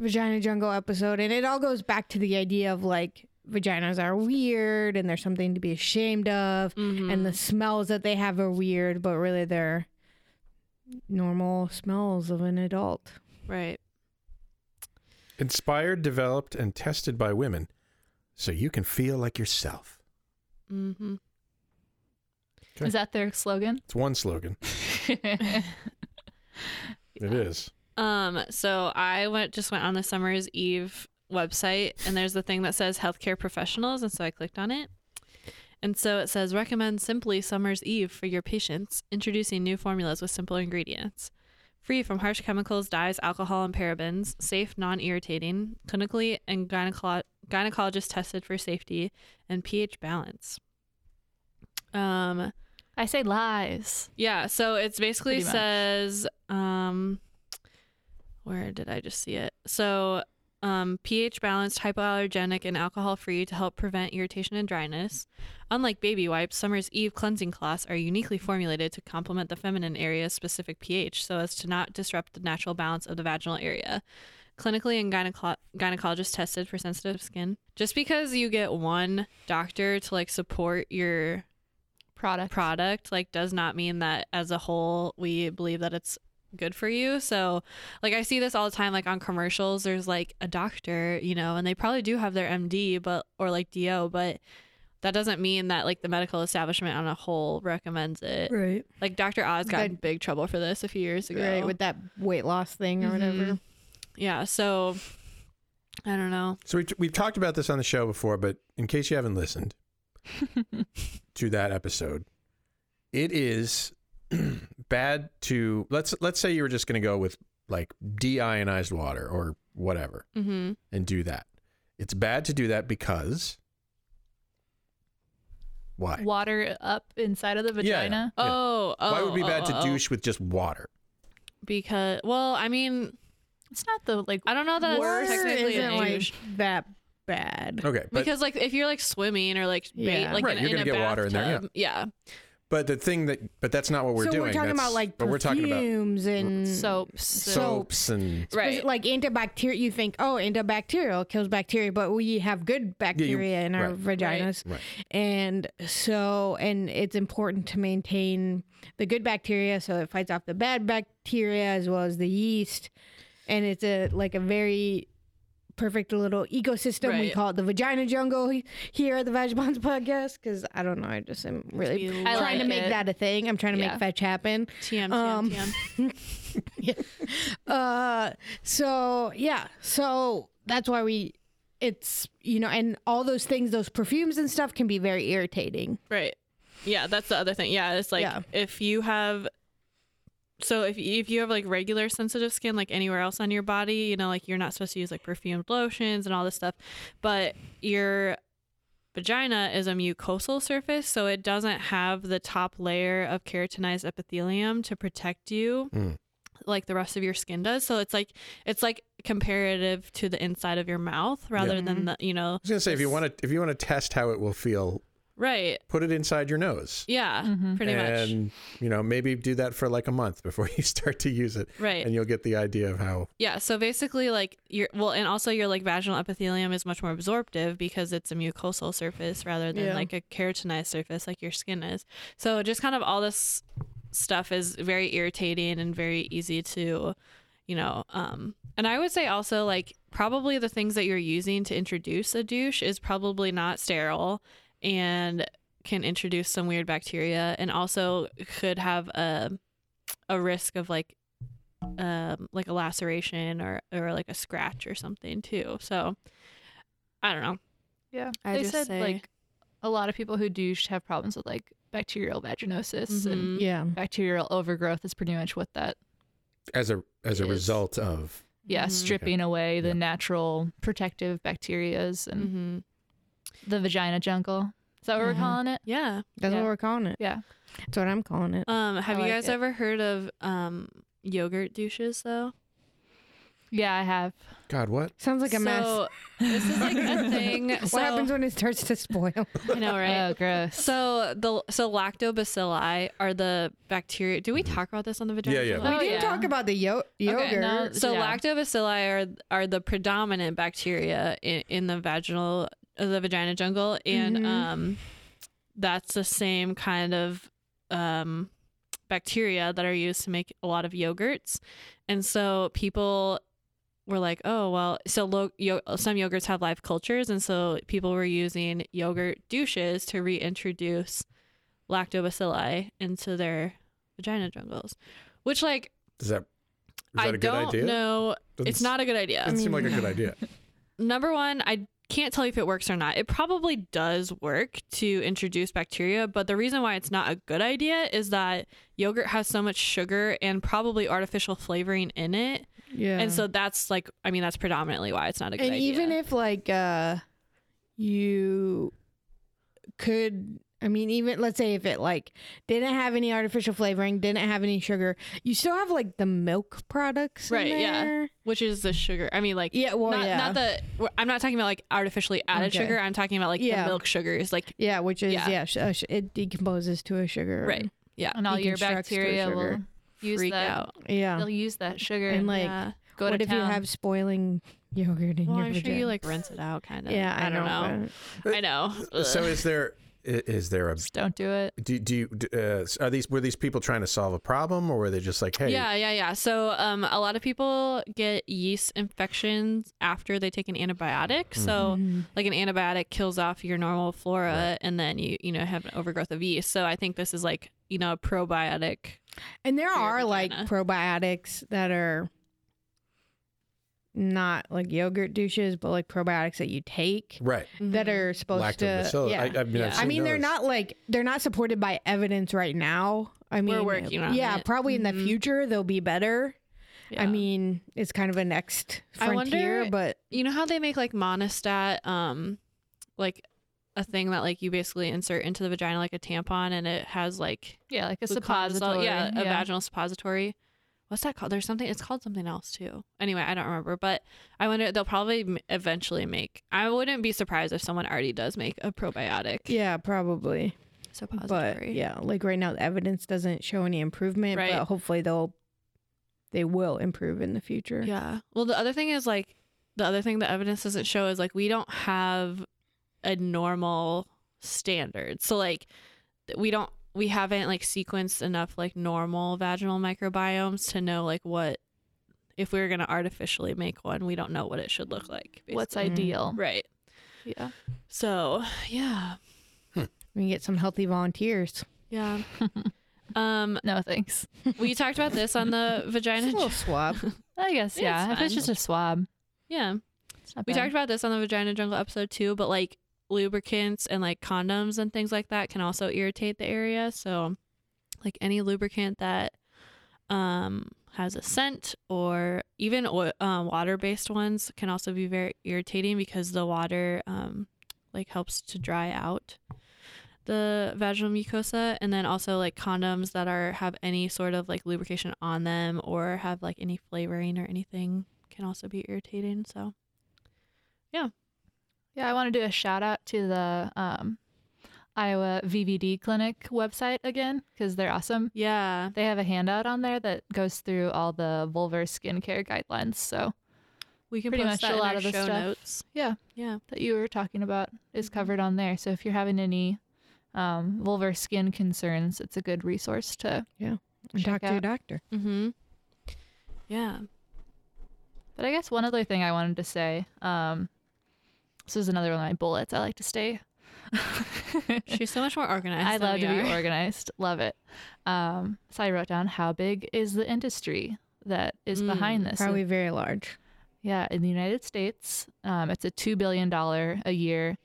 Speaker 3: vagina jungle episode, and it all goes back to the idea of like vaginas are weird and there's something to be ashamed of,
Speaker 4: Mm-hmm.
Speaker 3: and the smells that they have are weird, but really they're normal smells of an adult.
Speaker 4: right.
Speaker 1: Inspired, developed, and tested by women, so you can feel like yourself.
Speaker 4: Mm-hmm.
Speaker 1: Okay.
Speaker 5: Is that their slogan?
Speaker 1: It's one slogan. It is.
Speaker 4: Um, so I went just went on the Summer's Eve website and there's the thing that says healthcare professionals and so I clicked on it. And so it says recommend Simply Summer's Eve for your patients, introducing new formulas with simple ingredients. Free from harsh chemicals, dyes, alcohol, and parabens, safe, non irritating, clinically and gynecolo- gynecologist tested for safety and pH balance. Um,
Speaker 5: I say lies.
Speaker 4: yeah, so it's basically
Speaker 5: Pretty much.
Speaker 4: says um where did I just see it? So um, pH balanced, hypoallergenic, and alcohol free to help prevent irritation and dryness. Unlike baby wipes, Summer's Eve cleansing cloths are uniquely formulated to complement the feminine area's specific pH so as to not disrupt the natural balance of the vaginal area. Clinically and gyneco- gynecologist tested for sensitive skin. Just because you get one doctor to like support your
Speaker 5: Product.
Speaker 4: product like does not mean that as a whole we believe that it's good for you so like i see this all the time like on commercials there's like a doctor you know and they probably do have their md but or like do but that doesn't mean that like the medical establishment on a whole recommends it
Speaker 3: Right.
Speaker 4: like dr oz got in
Speaker 3: But-
Speaker 4: big trouble for this a few years ago Mm-hmm.
Speaker 3: Right. With that weight loss thing or whatever.
Speaker 4: yeah so i don't know
Speaker 1: So we, we've talked about this on the show before, but in case you haven't listened to that episode, it is bad to let's let's say you were just going to go with like deionized water or whatever
Speaker 4: mm-hmm
Speaker 1: and do that. It's bad to do that because why?
Speaker 5: Water up inside of the
Speaker 1: Yeah, yeah.
Speaker 5: vagina.
Speaker 1: Yeah.
Speaker 4: oh oh
Speaker 1: why would it be
Speaker 4: oh,
Speaker 1: bad
Speaker 4: oh,
Speaker 1: to
Speaker 4: oh.
Speaker 1: douche with just water?
Speaker 4: because well i mean
Speaker 5: It's not the like.
Speaker 4: i don't know that
Speaker 3: Water
Speaker 4: it's technically a
Speaker 3: isn't
Speaker 4: douche.
Speaker 3: like that bad.
Speaker 1: Okay, but
Speaker 4: because like if you're like swimming or like ba-
Speaker 3: Yeah.
Speaker 4: like
Speaker 1: Right,
Speaker 4: in,
Speaker 1: you're
Speaker 4: in
Speaker 1: gonna
Speaker 4: a
Speaker 1: get water in there, yeah.
Speaker 4: bathtub. yeah.
Speaker 1: but the thing that but that's not what we're
Speaker 3: so
Speaker 1: doing.
Speaker 3: we're talking
Speaker 1: That's-
Speaker 3: about like
Speaker 1: but we're talking about Mm.
Speaker 3: perfumes and
Speaker 5: soaps.
Speaker 1: soaps and
Speaker 4: right
Speaker 3: Like antibacterial, you think, oh, antibacterial kills bacteria, but we have good bacteria in our
Speaker 1: right.
Speaker 3: vaginas.
Speaker 1: Right.
Speaker 3: And so, and it's important to maintain the good bacteria so it fights off the bad bacteria as well as the yeast. And it's a like a very perfect little ecosystem. We
Speaker 4: Right.
Speaker 3: call it the vagina jungle he- here at the Vag Bonds podcast because I don't know. I just am really
Speaker 4: We
Speaker 3: trying to
Speaker 5: like
Speaker 3: make
Speaker 5: it.
Speaker 3: that a thing. I'm trying to
Speaker 5: Yeah.
Speaker 3: make fetch happen.
Speaker 4: TM TM
Speaker 3: Um,
Speaker 4: TM.
Speaker 3: Uh, so yeah, so that's why we, it's you know, and all those things, those perfumes and stuff, can be very irritating.
Speaker 4: Right. Yeah, that's the other thing. Yeah, it's like
Speaker 3: Yeah.
Speaker 4: if you have so if if you have like regular sensitive skin like anywhere else on your body, you know, like you're not supposed to use like perfumed lotions and all this stuff, but your vagina is a mucosal surface, so it doesn't have the top layer of keratinized epithelium to protect you.
Speaker 1: Mm.
Speaker 4: Like the rest of your skin does, so it's like it's like comparative to the inside of your mouth rather
Speaker 1: Yeah.
Speaker 4: than the you know
Speaker 1: I was gonna say if you want to if you want to test how it will feel,
Speaker 4: right
Speaker 1: put it inside your nose,
Speaker 4: yeah pretty much
Speaker 1: and you know maybe do that for like a month before you start to use it,
Speaker 4: right
Speaker 1: and you'll get the idea of how.
Speaker 4: Yeah, so basically, like your well, and also your like vaginal epithelium is much more absorptive because it's a mucosal surface rather than
Speaker 3: Yeah.
Speaker 4: like a keratinized surface like your skin is. So just kind of all this stuff is very irritating and very easy to, you know, um. And I would say also like probably the things that you're using to introduce a douche is probably not sterile and can introduce some weird bacteria and also could have a a risk of like um like a laceration or or like a scratch or something too. So I don't know.
Speaker 5: Yeah.
Speaker 4: I
Speaker 5: they
Speaker 4: just
Speaker 5: said
Speaker 4: say-
Speaker 5: like a lot of people who douche have problems with like bacterial vaginosis and
Speaker 4: Mhm.
Speaker 3: Yeah.
Speaker 5: bacterial overgrowth is pretty much what that
Speaker 1: As a as a
Speaker 5: Yes.
Speaker 1: result of
Speaker 3: Mm-hmm.
Speaker 5: yeah
Speaker 4: Mhm.
Speaker 5: stripping away the
Speaker 1: Yeah.
Speaker 5: natural protective bacterias and
Speaker 3: Mm-hmm.
Speaker 4: Mhm.
Speaker 5: the vagina jungle is that what we're
Speaker 3: Uh-huh.
Speaker 5: calling it
Speaker 4: Yeah.
Speaker 3: That's
Speaker 5: Yeah.
Speaker 3: what we're calling it.
Speaker 5: yeah
Speaker 3: That's what I'm calling it.
Speaker 4: Um have
Speaker 5: I
Speaker 4: you
Speaker 5: like
Speaker 4: guys
Speaker 5: it.
Speaker 4: ever heard of um yogurt douches though?
Speaker 5: yeah i have
Speaker 1: God, what?
Speaker 3: Sounds like a mess.
Speaker 4: So this is like a thing.
Speaker 3: What happens when it starts to spoil?
Speaker 4: I know, right?
Speaker 5: oh gross
Speaker 4: So the so lactobacilli are the bacteria. Do we talk about this on the vagina?
Speaker 1: Yeah, yeah.
Speaker 4: Jungle?
Speaker 5: Oh,
Speaker 3: we didn't
Speaker 5: yeah.
Speaker 3: talk about the yo- yogurt.
Speaker 5: no.
Speaker 4: So
Speaker 5: Yeah.
Speaker 4: lactobacilli are are the predominant bacteria in, in the vaginal uh, the vagina jungle, and
Speaker 1: Mm-hmm.
Speaker 3: Mhm.
Speaker 4: um, that's the same kind of um bacteria that are used to make a lot of yogurts, and so people were like, oh well, so lo- yo- some yogurts have live cultures, and so people were using yogurt douches to reintroduce lactobacilli into their vagina jungles, which like
Speaker 1: Is that is that
Speaker 4: I
Speaker 1: a good
Speaker 4: don't
Speaker 1: idea?
Speaker 4: know,
Speaker 1: Doesn't
Speaker 4: it's
Speaker 1: s-
Speaker 4: not a good idea.
Speaker 1: Doesn't seem like a good idea.
Speaker 4: number one, I can't tell you if it works or not. It probably does work to introduce bacteria, but the reason why it's not a good idea is that yogurt has so much sugar and probably artificial flavoring in it.
Speaker 3: Yeah.
Speaker 4: And so that's like, I mean, that's predominantly why it's not a good
Speaker 3: and
Speaker 4: idea.
Speaker 3: even if like uh you could i mean even let's say if it like didn't have any artificial flavoring didn't have any sugar you still have like the milk products in
Speaker 4: Right, yeah.
Speaker 3: there.
Speaker 4: Which is the sugar. I mean, like,
Speaker 3: yeah well
Speaker 4: not,
Speaker 3: oh, yeah
Speaker 4: not the, I'm not talking about like artificially added
Speaker 3: Okay.
Speaker 4: sugar. I'm talking about like
Speaker 3: Yeah.
Speaker 4: the milk sugars. Like,
Speaker 3: yeah which is
Speaker 4: Yeah.
Speaker 3: yeah, sh uh, sh- it decomposes to a sugar
Speaker 4: Right. yeah.
Speaker 5: and all your
Speaker 3: deconstructs the
Speaker 5: bacteria will
Speaker 3: sugar.
Speaker 5: use
Speaker 4: Freak
Speaker 5: that.
Speaker 4: out.
Speaker 3: yeah
Speaker 5: They'll use that sugar
Speaker 3: and like
Speaker 4: yeah.
Speaker 5: go
Speaker 3: what
Speaker 5: to
Speaker 3: if
Speaker 5: town.
Speaker 3: you have spoiling yogurt in
Speaker 4: Well,
Speaker 3: your
Speaker 4: I'm sure
Speaker 3: vagina?
Speaker 4: you like rinse it out kind of.
Speaker 3: yeah
Speaker 4: I, don't know.
Speaker 3: but-
Speaker 4: I know.
Speaker 1: so is there i- is there a
Speaker 5: Just don't do it.
Speaker 1: do, do you d- uh, are these were these people trying to solve a problem or were they just like hey
Speaker 4: Yeah, yeah, yeah. So um, a lot of people get yeast infections after they take an antibiotic. So like an antibiotic kills off your normal flora, and then you you know have an overgrowth of yeast. So I think this is like you know a probiotic.
Speaker 3: And there
Speaker 4: for your
Speaker 3: are like
Speaker 4: vagina.
Speaker 3: probiotics that are not like yogurt douches, but like probiotics that you take
Speaker 1: right
Speaker 4: Mm-hmm.
Speaker 3: that are supposed to.
Speaker 1: lactobacillus
Speaker 3: Yeah.
Speaker 1: I, I mean, I've
Speaker 4: Yeah.
Speaker 3: I
Speaker 1: seen
Speaker 3: mean, they're
Speaker 1: those.
Speaker 3: not like they're not supported by evidence right now. I mean,
Speaker 4: We're working on
Speaker 3: yeah,
Speaker 4: it.
Speaker 3: probably in the
Speaker 4: Mhm.
Speaker 3: future they'll be better.
Speaker 4: Yeah.
Speaker 3: I mean, it's kind of a next
Speaker 4: I wonder-
Speaker 3: frontier, but
Speaker 4: you know how they make like monostat, um, like a thing that like you basically insert into the vagina like a tampon, and it has like
Speaker 5: Yeah, like a
Speaker 4: gluconazole-
Speaker 5: suppository.
Speaker 4: yeah, a vaginal suppository. What's that called? There's something. It's called something else too. Anyway, I don't remember, but I wonder they'll probably m- eventually make. I wouldn't be surprised if someone already does make a probiotic
Speaker 3: yeah, probably.
Speaker 4: suppository.
Speaker 3: But yeah, like right now the evidence doesn't show any improvement,
Speaker 4: Right.
Speaker 3: but hopefully they'll they will improve in the future.
Speaker 4: yeah. Well, the other thing is like the other thing the evidence doesn't show is like we don't have a normal standard. So like we don't we haven't like sequenced enough like normal vaginal microbiomes to know like what if we were gonna artificially make one, we don't know what it should look like.
Speaker 5: What's
Speaker 4: basically.
Speaker 3: Mm.
Speaker 5: ideal?
Speaker 4: right?
Speaker 5: Yeah.
Speaker 4: So yeah,
Speaker 3: We can get some healthy volunteers.
Speaker 4: yeah. um,
Speaker 5: No thanks.
Speaker 4: we talked about this on the
Speaker 3: It's a
Speaker 4: vagina.
Speaker 3: little swab.
Speaker 5: I guess
Speaker 4: It's
Speaker 5: yeah. If it's
Speaker 4: fine.
Speaker 5: just a swab,
Speaker 4: yeah,
Speaker 5: it's not
Speaker 4: we
Speaker 5: bad.
Speaker 4: talked about this on the vagina jungle episode too. But like lubricants and like condoms and things like that can also irritate the area. So like any lubricant that um has a scent or even o- uh, water-based ones can also be very irritating because the water um like helps to dry out the vaginal mucosa and then also like condoms that are have any sort of like lubrication on them or have like any flavoring or anything can also be irritating so
Speaker 5: Yeah, I want to do a shout out to the um, Iowa VVD clinic website again because they're awesome.
Speaker 4: yeah
Speaker 5: They have a handout on there that goes through all the vulvar skincare guidelines. So
Speaker 4: we can
Speaker 5: Pretty
Speaker 4: post
Speaker 5: much
Speaker 4: that
Speaker 5: a
Speaker 4: in
Speaker 5: lot
Speaker 4: our
Speaker 5: of the
Speaker 4: show
Speaker 5: stuff.
Speaker 4: notes
Speaker 5: Yeah.
Speaker 4: yeah
Speaker 5: that you were talking about is covered on there. So if you're having any um, vulvar skin concerns, it's a good resource to.
Speaker 3: And
Speaker 5: Check
Speaker 3: talk to your
Speaker 5: out.
Speaker 3: doctor.
Speaker 4: mm-hmm yeah
Speaker 5: But I guess one other thing I wanted to say. Um, this is another one of my bullets. I like to stay.
Speaker 4: she's so much more organized
Speaker 5: I
Speaker 4: than
Speaker 5: love
Speaker 4: we
Speaker 5: to
Speaker 4: are.
Speaker 5: be organized. Love it. Um, so I wrote down how big is the industry that is
Speaker 4: Mm,
Speaker 5: behind this.
Speaker 3: Probably very large.
Speaker 5: Yeah, in the United States, um, it's a two billion dollar a year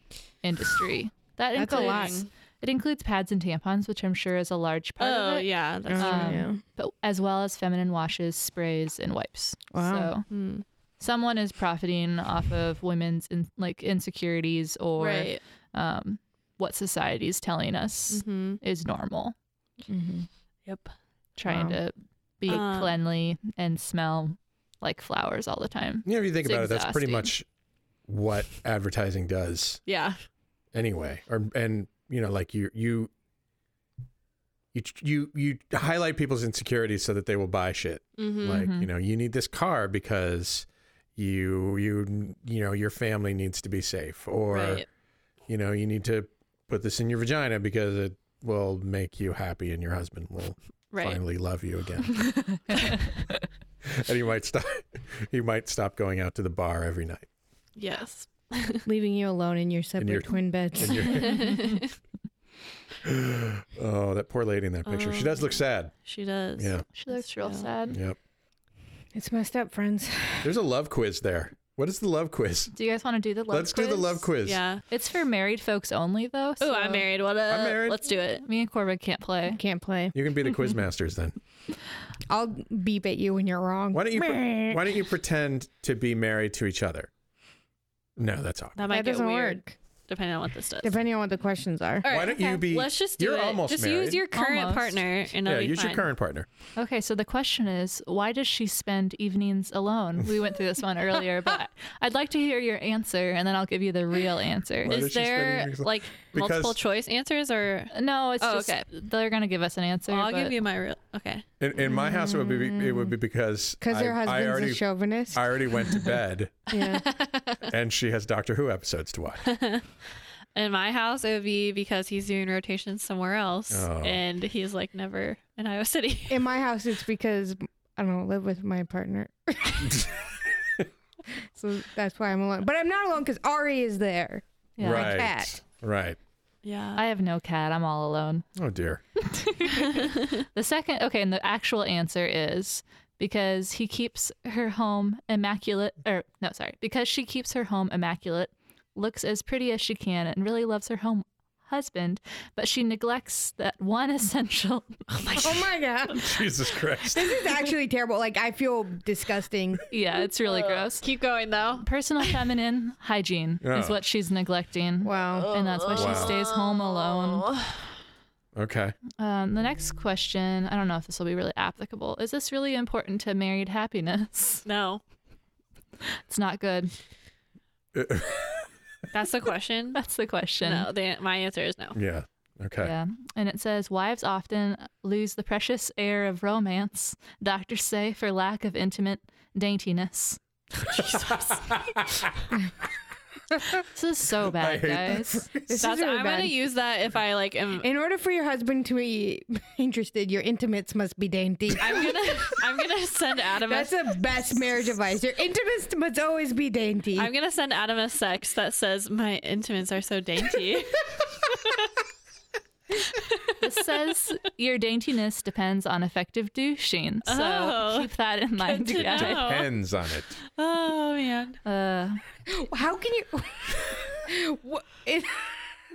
Speaker 5: industry. That
Speaker 3: That's a
Speaker 5: includes
Speaker 3: lot.
Speaker 5: it includes pads and tampons, which I'm sure is a large part
Speaker 4: oh
Speaker 5: of it,
Speaker 4: yeah that's
Speaker 5: Uh,
Speaker 4: true.
Speaker 5: Um,
Speaker 3: yeah.
Speaker 5: but as well as feminine washes, sprays, and wipes.
Speaker 3: Wow.
Speaker 5: So
Speaker 4: Hmm.
Speaker 5: someone is profiting off of women's in, like insecurities or
Speaker 4: right
Speaker 5: um, what society is telling us
Speaker 4: mm-hmm.
Speaker 5: is normal.
Speaker 3: Mm-hmm.
Speaker 4: yep
Speaker 5: Trying
Speaker 3: Wow.
Speaker 5: to be
Speaker 4: Um,
Speaker 5: cleanly and smell like flowers all the time.
Speaker 1: you know if you think
Speaker 5: It's
Speaker 1: about it that's pretty
Speaker 5: exhausting.
Speaker 1: much what advertising does
Speaker 4: yeah
Speaker 1: anyway or and you know like you you you you you highlight people's insecurities so that they will buy shit
Speaker 4: mm-hmm.
Speaker 1: like you know you need this car because you you you know your family needs to be safe or
Speaker 4: right
Speaker 1: you know you need to put this in your vagina because it will make you happy and your husband will
Speaker 4: right
Speaker 1: finally love you again and he might stop. He might stop going out to the bar every night.
Speaker 4: Yes.
Speaker 3: leaving you alone in your separate
Speaker 1: your-
Speaker 3: twin beds.
Speaker 1: And you're- oh, that poor lady in that picture. she does look sad.
Speaker 4: She does.
Speaker 1: Yeah.
Speaker 5: She looks
Speaker 4: That's
Speaker 5: real
Speaker 4: real.
Speaker 5: sad.
Speaker 1: Yep.
Speaker 3: It's messed up, friends.
Speaker 1: There's a love quiz there. What is the love quiz?
Speaker 5: Do you guys want to do the love?
Speaker 1: Let's do the love quiz.
Speaker 4: Yeah.
Speaker 5: It's for married folks only, though.
Speaker 4: Oh,
Speaker 5: so
Speaker 4: I'm married. What up?
Speaker 1: married.
Speaker 4: Let's do it.
Speaker 5: Me and Corbin can't play.
Speaker 3: Can't play.
Speaker 1: You can be the quiz masters then.
Speaker 3: I'll beep at you when you're wrong.
Speaker 1: Why don't you? Pre- why don't you pretend to be married to each other? No, that's hard.
Speaker 4: That might
Speaker 3: that
Speaker 4: get
Speaker 3: doesn't
Speaker 4: weird,
Speaker 3: work.
Speaker 4: depending on what this does.
Speaker 3: Depending on what the questions are.
Speaker 4: All right,
Speaker 1: Why don't you be-
Speaker 4: Let's just do
Speaker 1: you're
Speaker 4: it.
Speaker 1: almost
Speaker 4: just
Speaker 1: married.
Speaker 4: use your current
Speaker 5: Almost.
Speaker 4: partner, and it'll
Speaker 1: yeah,
Speaker 4: be
Speaker 1: use
Speaker 4: fine.
Speaker 1: your current partner.
Speaker 5: Okay, so the question is, why does she spend evenings alone? We went through this one earlier, but I'd like to hear your answer, and then I'll give you the real answer.
Speaker 1: Why does
Speaker 4: Is
Speaker 1: she spend
Speaker 4: there
Speaker 1: evenings alone?
Speaker 4: like
Speaker 1: Because-
Speaker 4: multiple choice answers, or
Speaker 5: No, it's
Speaker 4: Oh,
Speaker 5: just
Speaker 4: okay.
Speaker 5: they're gonna give us an answer.
Speaker 4: I'll
Speaker 5: but-
Speaker 4: give you my real. Okay.
Speaker 1: In, in my house, it would be it would be because
Speaker 3: Because their
Speaker 1: I, I
Speaker 3: husband's
Speaker 1: already
Speaker 3: a chauvinist.
Speaker 1: I already went to bed,
Speaker 3: yeah.
Speaker 1: and she has Doctor Who episodes to watch.
Speaker 4: In my house, it would be because he's doing rotations somewhere else,
Speaker 1: Oh.
Speaker 4: and he's like never in Iowa City.
Speaker 3: In my house, it's because I don't live with my partner. so that's why I'm alone. But I'm not alone because Ari is there.
Speaker 5: Yeah.
Speaker 1: right,
Speaker 3: cat.
Speaker 1: right.
Speaker 4: yeah.
Speaker 5: I have no cat. I'm all alone.
Speaker 1: Oh dear.
Speaker 5: The second, okay, and the actual answer is because he keeps her home immaculate, or no, sorry, because she keeps her home immaculate, looks as pretty as she can, and really loves her home husband, but she neglects that one essential. Oh my
Speaker 3: Oh my God.
Speaker 1: Jesus Christ.
Speaker 3: This is actually terrible. Like, I feel disgusting.
Speaker 5: Yeah, it's really gross.
Speaker 4: Keep going though.
Speaker 5: Personal feminine hygiene is
Speaker 1: Yeah.
Speaker 5: what she's neglecting.
Speaker 3: Wow.
Speaker 5: And that's why
Speaker 1: Wow.
Speaker 5: she stays home alone.
Speaker 1: Okay.
Speaker 5: Um, the next question, I don't know if this will be really applicable. Is this really important to married happiness?
Speaker 4: No,
Speaker 5: It's not good.
Speaker 4: that's the question.
Speaker 5: That's the question.
Speaker 4: no, the, my answer is no.
Speaker 1: Yeah. Okay.
Speaker 5: Yeah. And it says wives often lose the precious air of romance, doctors say, for lack of intimate daintiness. this is so
Speaker 1: I
Speaker 5: bad,
Speaker 1: hate that
Speaker 5: guys.
Speaker 3: This
Speaker 4: That's,
Speaker 3: is really
Speaker 4: I'm
Speaker 3: bad.
Speaker 4: gonna use that if I like am.
Speaker 3: In order for your husband to be interested, your intimates must be dainty.
Speaker 4: I'm gonna I'm gonna send Adam.
Speaker 3: That's
Speaker 4: a,
Speaker 3: the best marriage advice. Your intimates must always be dainty.
Speaker 4: I'm gonna send Adam a sex that says my intimates are so dainty.
Speaker 5: This says your daintiness depends on effective douching. So
Speaker 4: Oh,
Speaker 5: keep that in mind,
Speaker 4: to
Speaker 5: guys.
Speaker 4: know.
Speaker 1: Depends on it.
Speaker 4: oh man,
Speaker 5: Uh,
Speaker 3: How can you? what, it,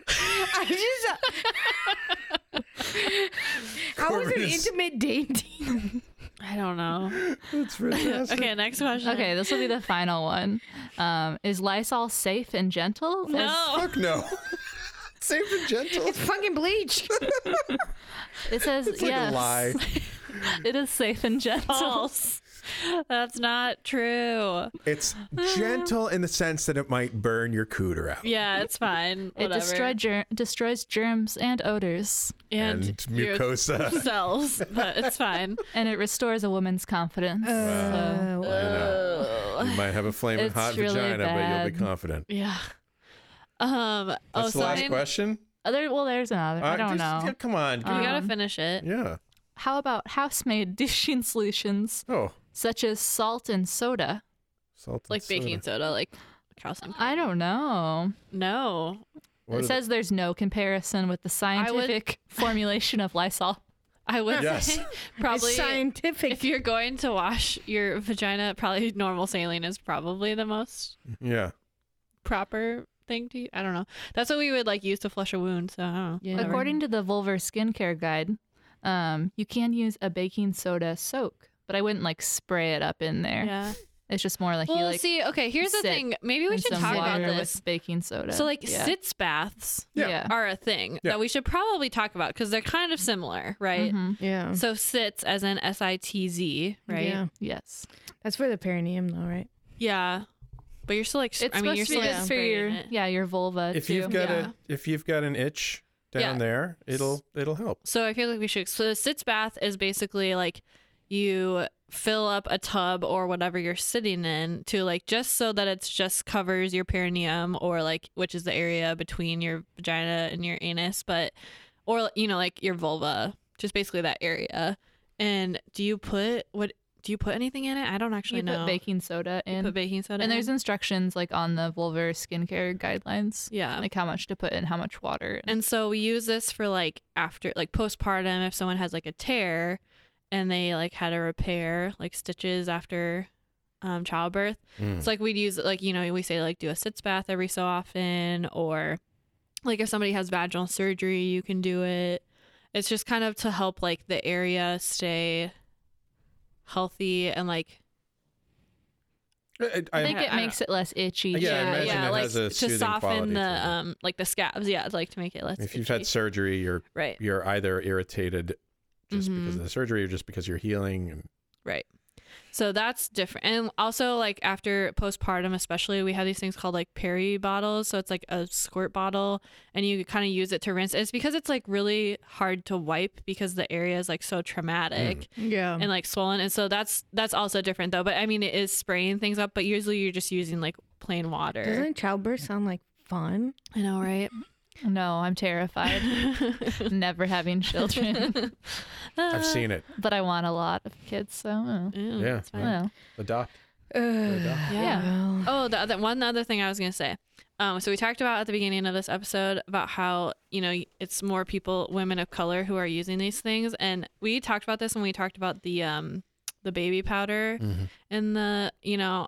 Speaker 3: I just. How is an
Speaker 1: Corvinus.
Speaker 3: intimate dainty?
Speaker 4: I don't know.
Speaker 1: That's fantastic.
Speaker 4: Okay, next question.
Speaker 5: okay, this will be the final one. Um, is Lysol safe and gentle? Is-
Speaker 4: No.
Speaker 1: Fuck no. Safe and gentle.
Speaker 3: It's fucking bleach.
Speaker 5: It says
Speaker 1: It's like
Speaker 5: yes.
Speaker 1: a lie.
Speaker 5: It is safe and gentle.
Speaker 4: False. That's not true.
Speaker 1: It's gentle in the sense that it might burn your cooter out.
Speaker 4: Yeah, it's fine.
Speaker 5: It
Speaker 4: Whatever.
Speaker 5: destroy ger- destroys germs and odors,
Speaker 4: and,
Speaker 1: And
Speaker 4: your
Speaker 1: mucosa.
Speaker 4: cells, but it's fine.
Speaker 5: and it restores a woman's confidence.
Speaker 3: Uh,
Speaker 4: Uh,
Speaker 5: So,
Speaker 1: I know. You might have a flaming
Speaker 5: It's
Speaker 1: hot
Speaker 5: really
Speaker 1: vagina, but you'll
Speaker 5: bad.
Speaker 1: be confident.
Speaker 4: Yeah. Um. oh,
Speaker 1: That's the last
Speaker 4: something-
Speaker 1: question.
Speaker 5: other well, there's another. I
Speaker 1: Uh,
Speaker 5: don't
Speaker 1: just-
Speaker 5: know.
Speaker 1: yeah, Come on.
Speaker 4: We gotta
Speaker 5: Um,
Speaker 4: finish it.
Speaker 1: yeah.
Speaker 5: How about house-made dishing solutions
Speaker 1: Oh,
Speaker 5: such as salt and soda?
Speaker 1: salt. and
Speaker 4: Like baking
Speaker 1: soda.
Speaker 4: soda, like calcium.
Speaker 5: I don't know.
Speaker 4: Uh, No,
Speaker 1: What
Speaker 5: it
Speaker 1: is
Speaker 5: says there's no comparison with the
Speaker 4: would-
Speaker 5: scientific formulation of Lysol.
Speaker 4: I would
Speaker 1: Yes.
Speaker 4: say
Speaker 3: It's
Speaker 4: probably if
Speaker 3: scientific.
Speaker 4: you're going to wash your vagina, probably normal saline is probably the most
Speaker 1: Yeah.
Speaker 4: proper thing to. I don't know. That's what we would like use to flush a wound. So I don't know.
Speaker 3: Yeah.
Speaker 5: According to the Vulvar skincare guide, um, you can use a baking soda soak, but I wouldn't like spray it up in there.
Speaker 4: Yeah.
Speaker 5: It's just more like you
Speaker 4: Well,
Speaker 5: like
Speaker 4: see, okay. Here's the
Speaker 5: sit
Speaker 4: thing. Maybe we
Speaker 5: in
Speaker 4: should
Speaker 5: some
Speaker 4: talk about
Speaker 5: water
Speaker 4: this.
Speaker 5: with baking soda.
Speaker 4: So, like,
Speaker 5: yeah.
Speaker 4: sitz baths
Speaker 1: Yeah.
Speaker 5: Yeah.
Speaker 4: are a thing
Speaker 1: Yeah.
Speaker 4: that we should probably talk about because they're kind of similar, right?
Speaker 5: Mhm.
Speaker 3: yeah.
Speaker 4: So sits as in S I T Z, right?
Speaker 3: Yeah.
Speaker 5: Yes.
Speaker 3: That's for the perineum, though, right?
Speaker 4: Yeah. But you're still like, s-
Speaker 5: It's
Speaker 4: I mean, you're
Speaker 5: supposed to
Speaker 4: still like
Speaker 5: be good for your
Speaker 4: spraying it.
Speaker 5: yeah your vulva
Speaker 1: If
Speaker 5: too.
Speaker 1: you've got
Speaker 4: Yeah.
Speaker 1: a if you've got an itch down
Speaker 4: Yeah.
Speaker 1: there, it'll it'll help.
Speaker 4: So I feel like we should. So the sitz bath is basically like you fill up a tub or whatever you're sitting in to like just so that it's just covers your perineum or like which is the area between your vagina and your anus, but or you know like your vulva, just basically that area. And do you put what? Do you put anything in it? I don't actually
Speaker 5: You
Speaker 4: know.
Speaker 5: put baking soda in.
Speaker 4: Put baking soda.
Speaker 5: and
Speaker 4: in?
Speaker 5: there's instructions like on the Vulvar skincare guidelines.
Speaker 4: yeah.
Speaker 5: Like how much to put in, how much water.
Speaker 4: And so we use this for like after like postpartum if someone has like a tear and they like had a repair like stitches after um, childbirth.
Speaker 1: Mm.
Speaker 4: It's like we'd use it like you know we say like do a sitz bath every so often or like if somebody has vaginal surgery you can do it. It's just kind of to help like the area stay healthy and like
Speaker 1: I, I-
Speaker 5: I think
Speaker 4: I- I
Speaker 5: it
Speaker 4: don't
Speaker 5: makes it less itchy.
Speaker 1: Yeah, I imagine it
Speaker 4: like
Speaker 1: has a
Speaker 4: to
Speaker 1: soothing
Speaker 4: soften
Speaker 1: quality
Speaker 4: the
Speaker 1: to it.
Speaker 4: um like the scabs yeah like to make it less
Speaker 1: if you've had
Speaker 4: itchy.
Speaker 1: surgery, you're
Speaker 4: right
Speaker 1: you're either irritated just
Speaker 4: Mhm.
Speaker 1: because of the surgery or just because you're healing. And
Speaker 4: So that's different. And also, like after postpartum, especially, we have these things called like peri bottles. So it's like a squirt bottle, and you kind of use it to rinse. It's because it's like really hard to wipe because the area is like so traumatic
Speaker 3: Yeah.
Speaker 1: Mm.
Speaker 4: and like swollen. And so that's that's also different though. But I mean, it is spraying things up. But usually, you're just using like plain water.
Speaker 3: Doesn't childbirth sound like fun?
Speaker 4: I know, right?
Speaker 5: No, I'm terrified. Never having children,
Speaker 1: I've seen it.
Speaker 5: but I want a lot of kids. So, uh,
Speaker 4: Ew,
Speaker 1: Yeah.
Speaker 4: it's
Speaker 5: I
Speaker 4: fine.
Speaker 5: don't know.
Speaker 1: Adopt.
Speaker 3: Ugh.
Speaker 4: Yeah.
Speaker 3: Well,
Speaker 4: Oh, the other one other thing I was gonna say. Um, so we talked about at the beginning of this episode about how you know it's more people, women of color, who are using these things, and we talked about this when we talked about the um the baby powder
Speaker 1: Mm-hmm.
Speaker 4: and the you know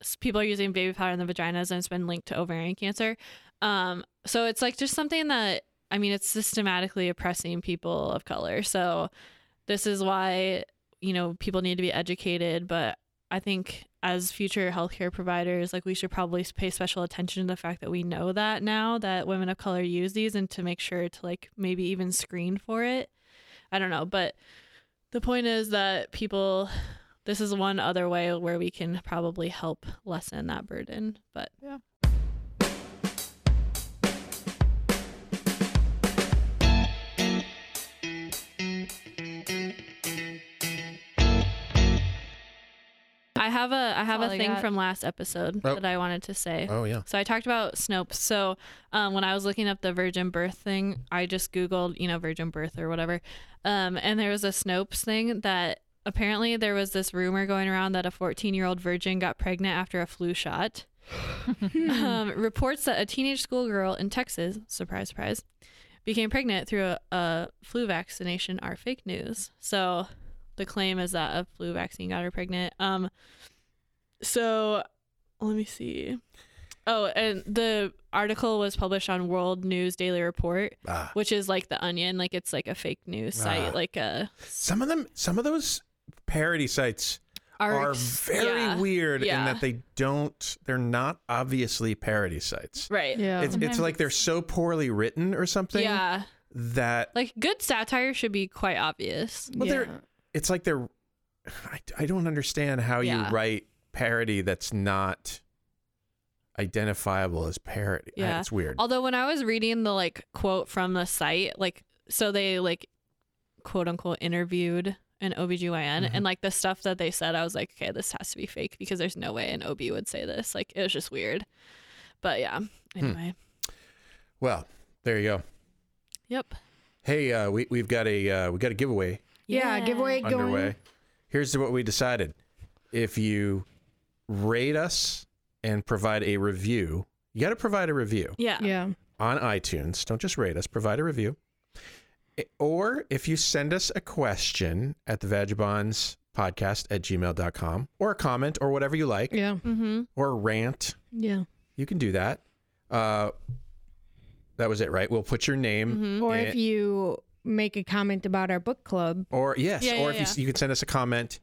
Speaker 4: s- people are using baby powder in the vaginas and it's been linked to ovarian cancer. Um, so it's like just something that I mean it's systematically oppressing people of color. So this is why you know people need to be educated, but I think as future healthcare providers, like we should probably pay special attention to the fact that we know that now that women of color use these and to make sure to like maybe even screen for it. I don't know, but the point is that people this is one other way where we can probably help lessen that burden, but I have a I have
Speaker 5: all
Speaker 4: a
Speaker 5: I
Speaker 4: thing
Speaker 5: got.
Speaker 4: from last episode
Speaker 1: Oh.
Speaker 4: that I wanted to say.
Speaker 1: Oh yeah.
Speaker 4: So I talked about Snopes. So um, when I was looking up the virgin birth thing, I just Googled, you know, virgin birth or whatever. Um, and there was a Snopes thing that apparently there was this rumor going around that a 14 year old virgin got pregnant after a flu shot. um, reports that a teenage schoolgirl in Texas, surprise, surprise, became pregnant through a, a flu vaccination are fake news. So the claim is that a flu vaccine got her pregnant. Um, so let me see. Oh, and the article was published on World News Daily Report,
Speaker 1: Ah.
Speaker 4: which is like the Onion, like it's like a fake news site,
Speaker 1: Ah.
Speaker 4: like a
Speaker 1: Some of them, some of those parody sites are
Speaker 4: ex-
Speaker 1: very
Speaker 4: yeah.
Speaker 1: weird
Speaker 4: Yeah.
Speaker 1: in that they don't. They're not obviously parody sites.
Speaker 4: right, yeah.
Speaker 5: Yeah.
Speaker 1: It's, it's
Speaker 5: Sometimes
Speaker 1: like they're so poorly written or something that
Speaker 4: like good satire should be quite obvious.
Speaker 1: Well, they're, it's like they're. I, I don't understand how
Speaker 4: Yeah.
Speaker 1: you write parody that's not identifiable as parody. I-
Speaker 4: Yeah.
Speaker 1: it's weird.
Speaker 4: Although when I was reading the like quote from the site, like so they like quote unquote interviewed an OBGYN and like the stuff that they said, I was like, okay, this has to be fake because there's no way an OB would say this. Like it was just weird. But yeah. Anyway.
Speaker 1: well, there you go.
Speaker 4: Yep.
Speaker 1: Hey, uh, we we've got a uh, we got a giveaway
Speaker 3: yeah. Giveaway going.
Speaker 1: underway. Here's what we decided: if you rate us and provide a review, you got to provide a review.
Speaker 4: Yeah.
Speaker 3: Yeah.
Speaker 1: on iTunes. Don't just rate us, provide a review. I- Or if you send us a question at the Vagabonds podcast at gmail.com or a comment or whatever you like
Speaker 3: Yeah.
Speaker 4: Mm-hmm.
Speaker 1: or a rant,
Speaker 3: Yeah.
Speaker 1: you can do that. Uh, that was it, right? We'll put your name
Speaker 3: Mm-hmm. Or
Speaker 1: Eh.
Speaker 3: if you make a comment about our book club,
Speaker 1: or yes,
Speaker 4: Yeah,
Speaker 1: or
Speaker 4: yeah,
Speaker 1: if you s- you, can send us a comment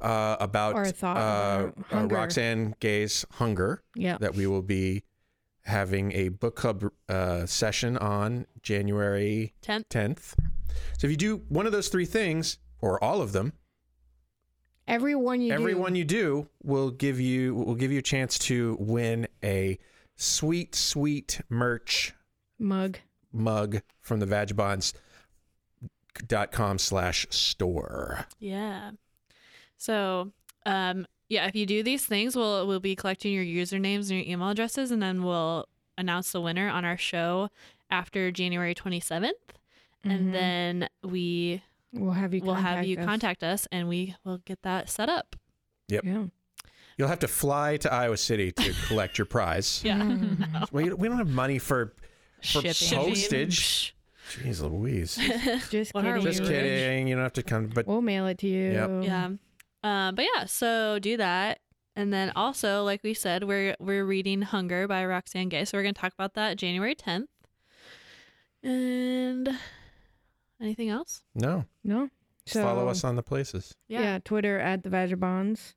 Speaker 1: uh, about
Speaker 3: Or a thought
Speaker 1: uh,
Speaker 3: about
Speaker 1: uh,
Speaker 3: hunger.
Speaker 1: Roxanne Gay's hunger
Speaker 3: yeah.
Speaker 1: that we will be having a book club uh, session on January
Speaker 4: 10th.
Speaker 1: 10th. So if you do one of those three things, or all of them,
Speaker 3: Everyone you do-
Speaker 1: every one you do will give you will give you a chance to win a sweet, sweet merch
Speaker 3: mug.
Speaker 1: mug from the vagabonds.com slash store.
Speaker 4: Yeah. So, um, yeah, if you do these things, we'll we'll be collecting your usernames and your email addresses, and then we'll announce the winner
Speaker 3: Mm-hmm.
Speaker 4: on our show after January twenty seventh, and then we
Speaker 3: We'll have you.
Speaker 4: we'll have you
Speaker 3: us.
Speaker 4: contact us and we will get that set up.
Speaker 3: Yeah.
Speaker 1: You'll have to fly to Iowa City to collect your prize.
Speaker 4: Yeah.
Speaker 3: Mm-hmm.
Speaker 1: well, you- we don't have money for. For
Speaker 5: Shipping.
Speaker 1: postage. Jeez Louise.
Speaker 3: Just
Speaker 4: What are
Speaker 3: kidding.
Speaker 4: we
Speaker 1: Just
Speaker 4: Rich.
Speaker 1: kidding. You don't have to come. But
Speaker 3: We'll mail it to you.
Speaker 1: Yep.
Speaker 4: Yeah. Um, but yeah, so do that. And then also, like we said, we're we're reading Hunger by Roxanne Gay. So we're gonna talk about that January tenth. And anything else?
Speaker 1: no.
Speaker 3: No.
Speaker 1: Just
Speaker 3: So
Speaker 1: follow us on the places.
Speaker 3: Yeah. Twitter at the Vagabonds,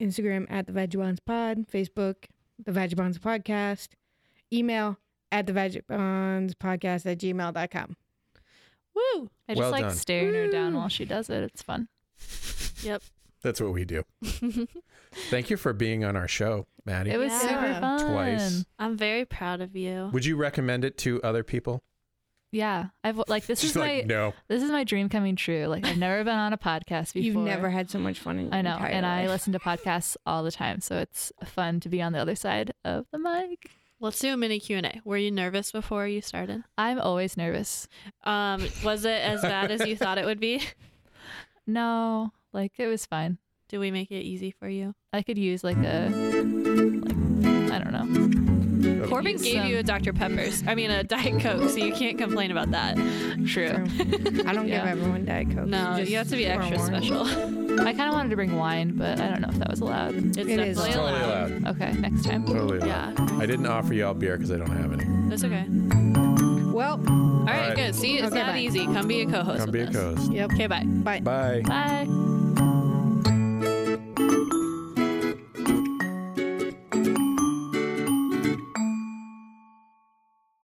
Speaker 3: Instagram at the Vagabonds Pod, Facebook the Vagabonds Podcast, email at the Vagabonds Podcast at gmail.com.
Speaker 4: Woo!
Speaker 5: I just
Speaker 1: Well
Speaker 5: like
Speaker 1: done.
Speaker 5: staring her down while she does it. It's fun.
Speaker 4: Yep.
Speaker 1: That's what we do. Thank you for being on our show, Maddie.
Speaker 5: It was
Speaker 4: Yeah.
Speaker 5: super fun.
Speaker 1: Twice.
Speaker 4: I'm very proud of you.
Speaker 1: Would you recommend it to other people?
Speaker 5: Yeah, I've like this
Speaker 1: She's
Speaker 5: is my
Speaker 1: like, no.
Speaker 5: this is my dream coming true. Like I've never been on a podcast before.
Speaker 3: You've never had so much fun in your
Speaker 5: I know,
Speaker 3: entire
Speaker 5: and I
Speaker 3: life.
Speaker 5: listen to podcasts all the time, so it's fun to be on the other side of the mic.
Speaker 4: Let's do a mini Q and A. Were you nervous before you started?
Speaker 5: I'm always nervous.
Speaker 4: Um, was it as bad as you thought it would be?
Speaker 5: No, like it was fine.
Speaker 4: Did we make it easy for you?
Speaker 5: I could use like a, like, I don't know.
Speaker 4: Corbin
Speaker 5: Use
Speaker 4: gave
Speaker 5: some-
Speaker 4: you a Dr. Pepper's. I mean, a Diet Coke, so you can't complain about that.
Speaker 5: True.
Speaker 3: True. I don't
Speaker 5: Yeah.
Speaker 3: give everyone Diet Coke.
Speaker 4: No, you have to be extra special.
Speaker 5: I kind of wanted to bring wine, but I don't know if that was allowed.
Speaker 4: It's
Speaker 3: It is.
Speaker 4: definitely
Speaker 1: It's totally
Speaker 4: allowed.
Speaker 1: allowed.
Speaker 5: Okay, next time.
Speaker 1: Totally allowed.
Speaker 4: Yeah,
Speaker 1: I didn't offer y'all beer because I don't have any.
Speaker 4: that's okay.
Speaker 3: Well,
Speaker 4: All right,
Speaker 1: right.
Speaker 4: good. See, it's
Speaker 3: Okay,
Speaker 4: not
Speaker 3: bye.
Speaker 4: easy. Come be a co-host.
Speaker 1: Come be a
Speaker 4: with us.
Speaker 1: coast.
Speaker 3: yep.
Speaker 4: Okay, bye.
Speaker 3: Bye.
Speaker 1: Bye.
Speaker 5: Bye.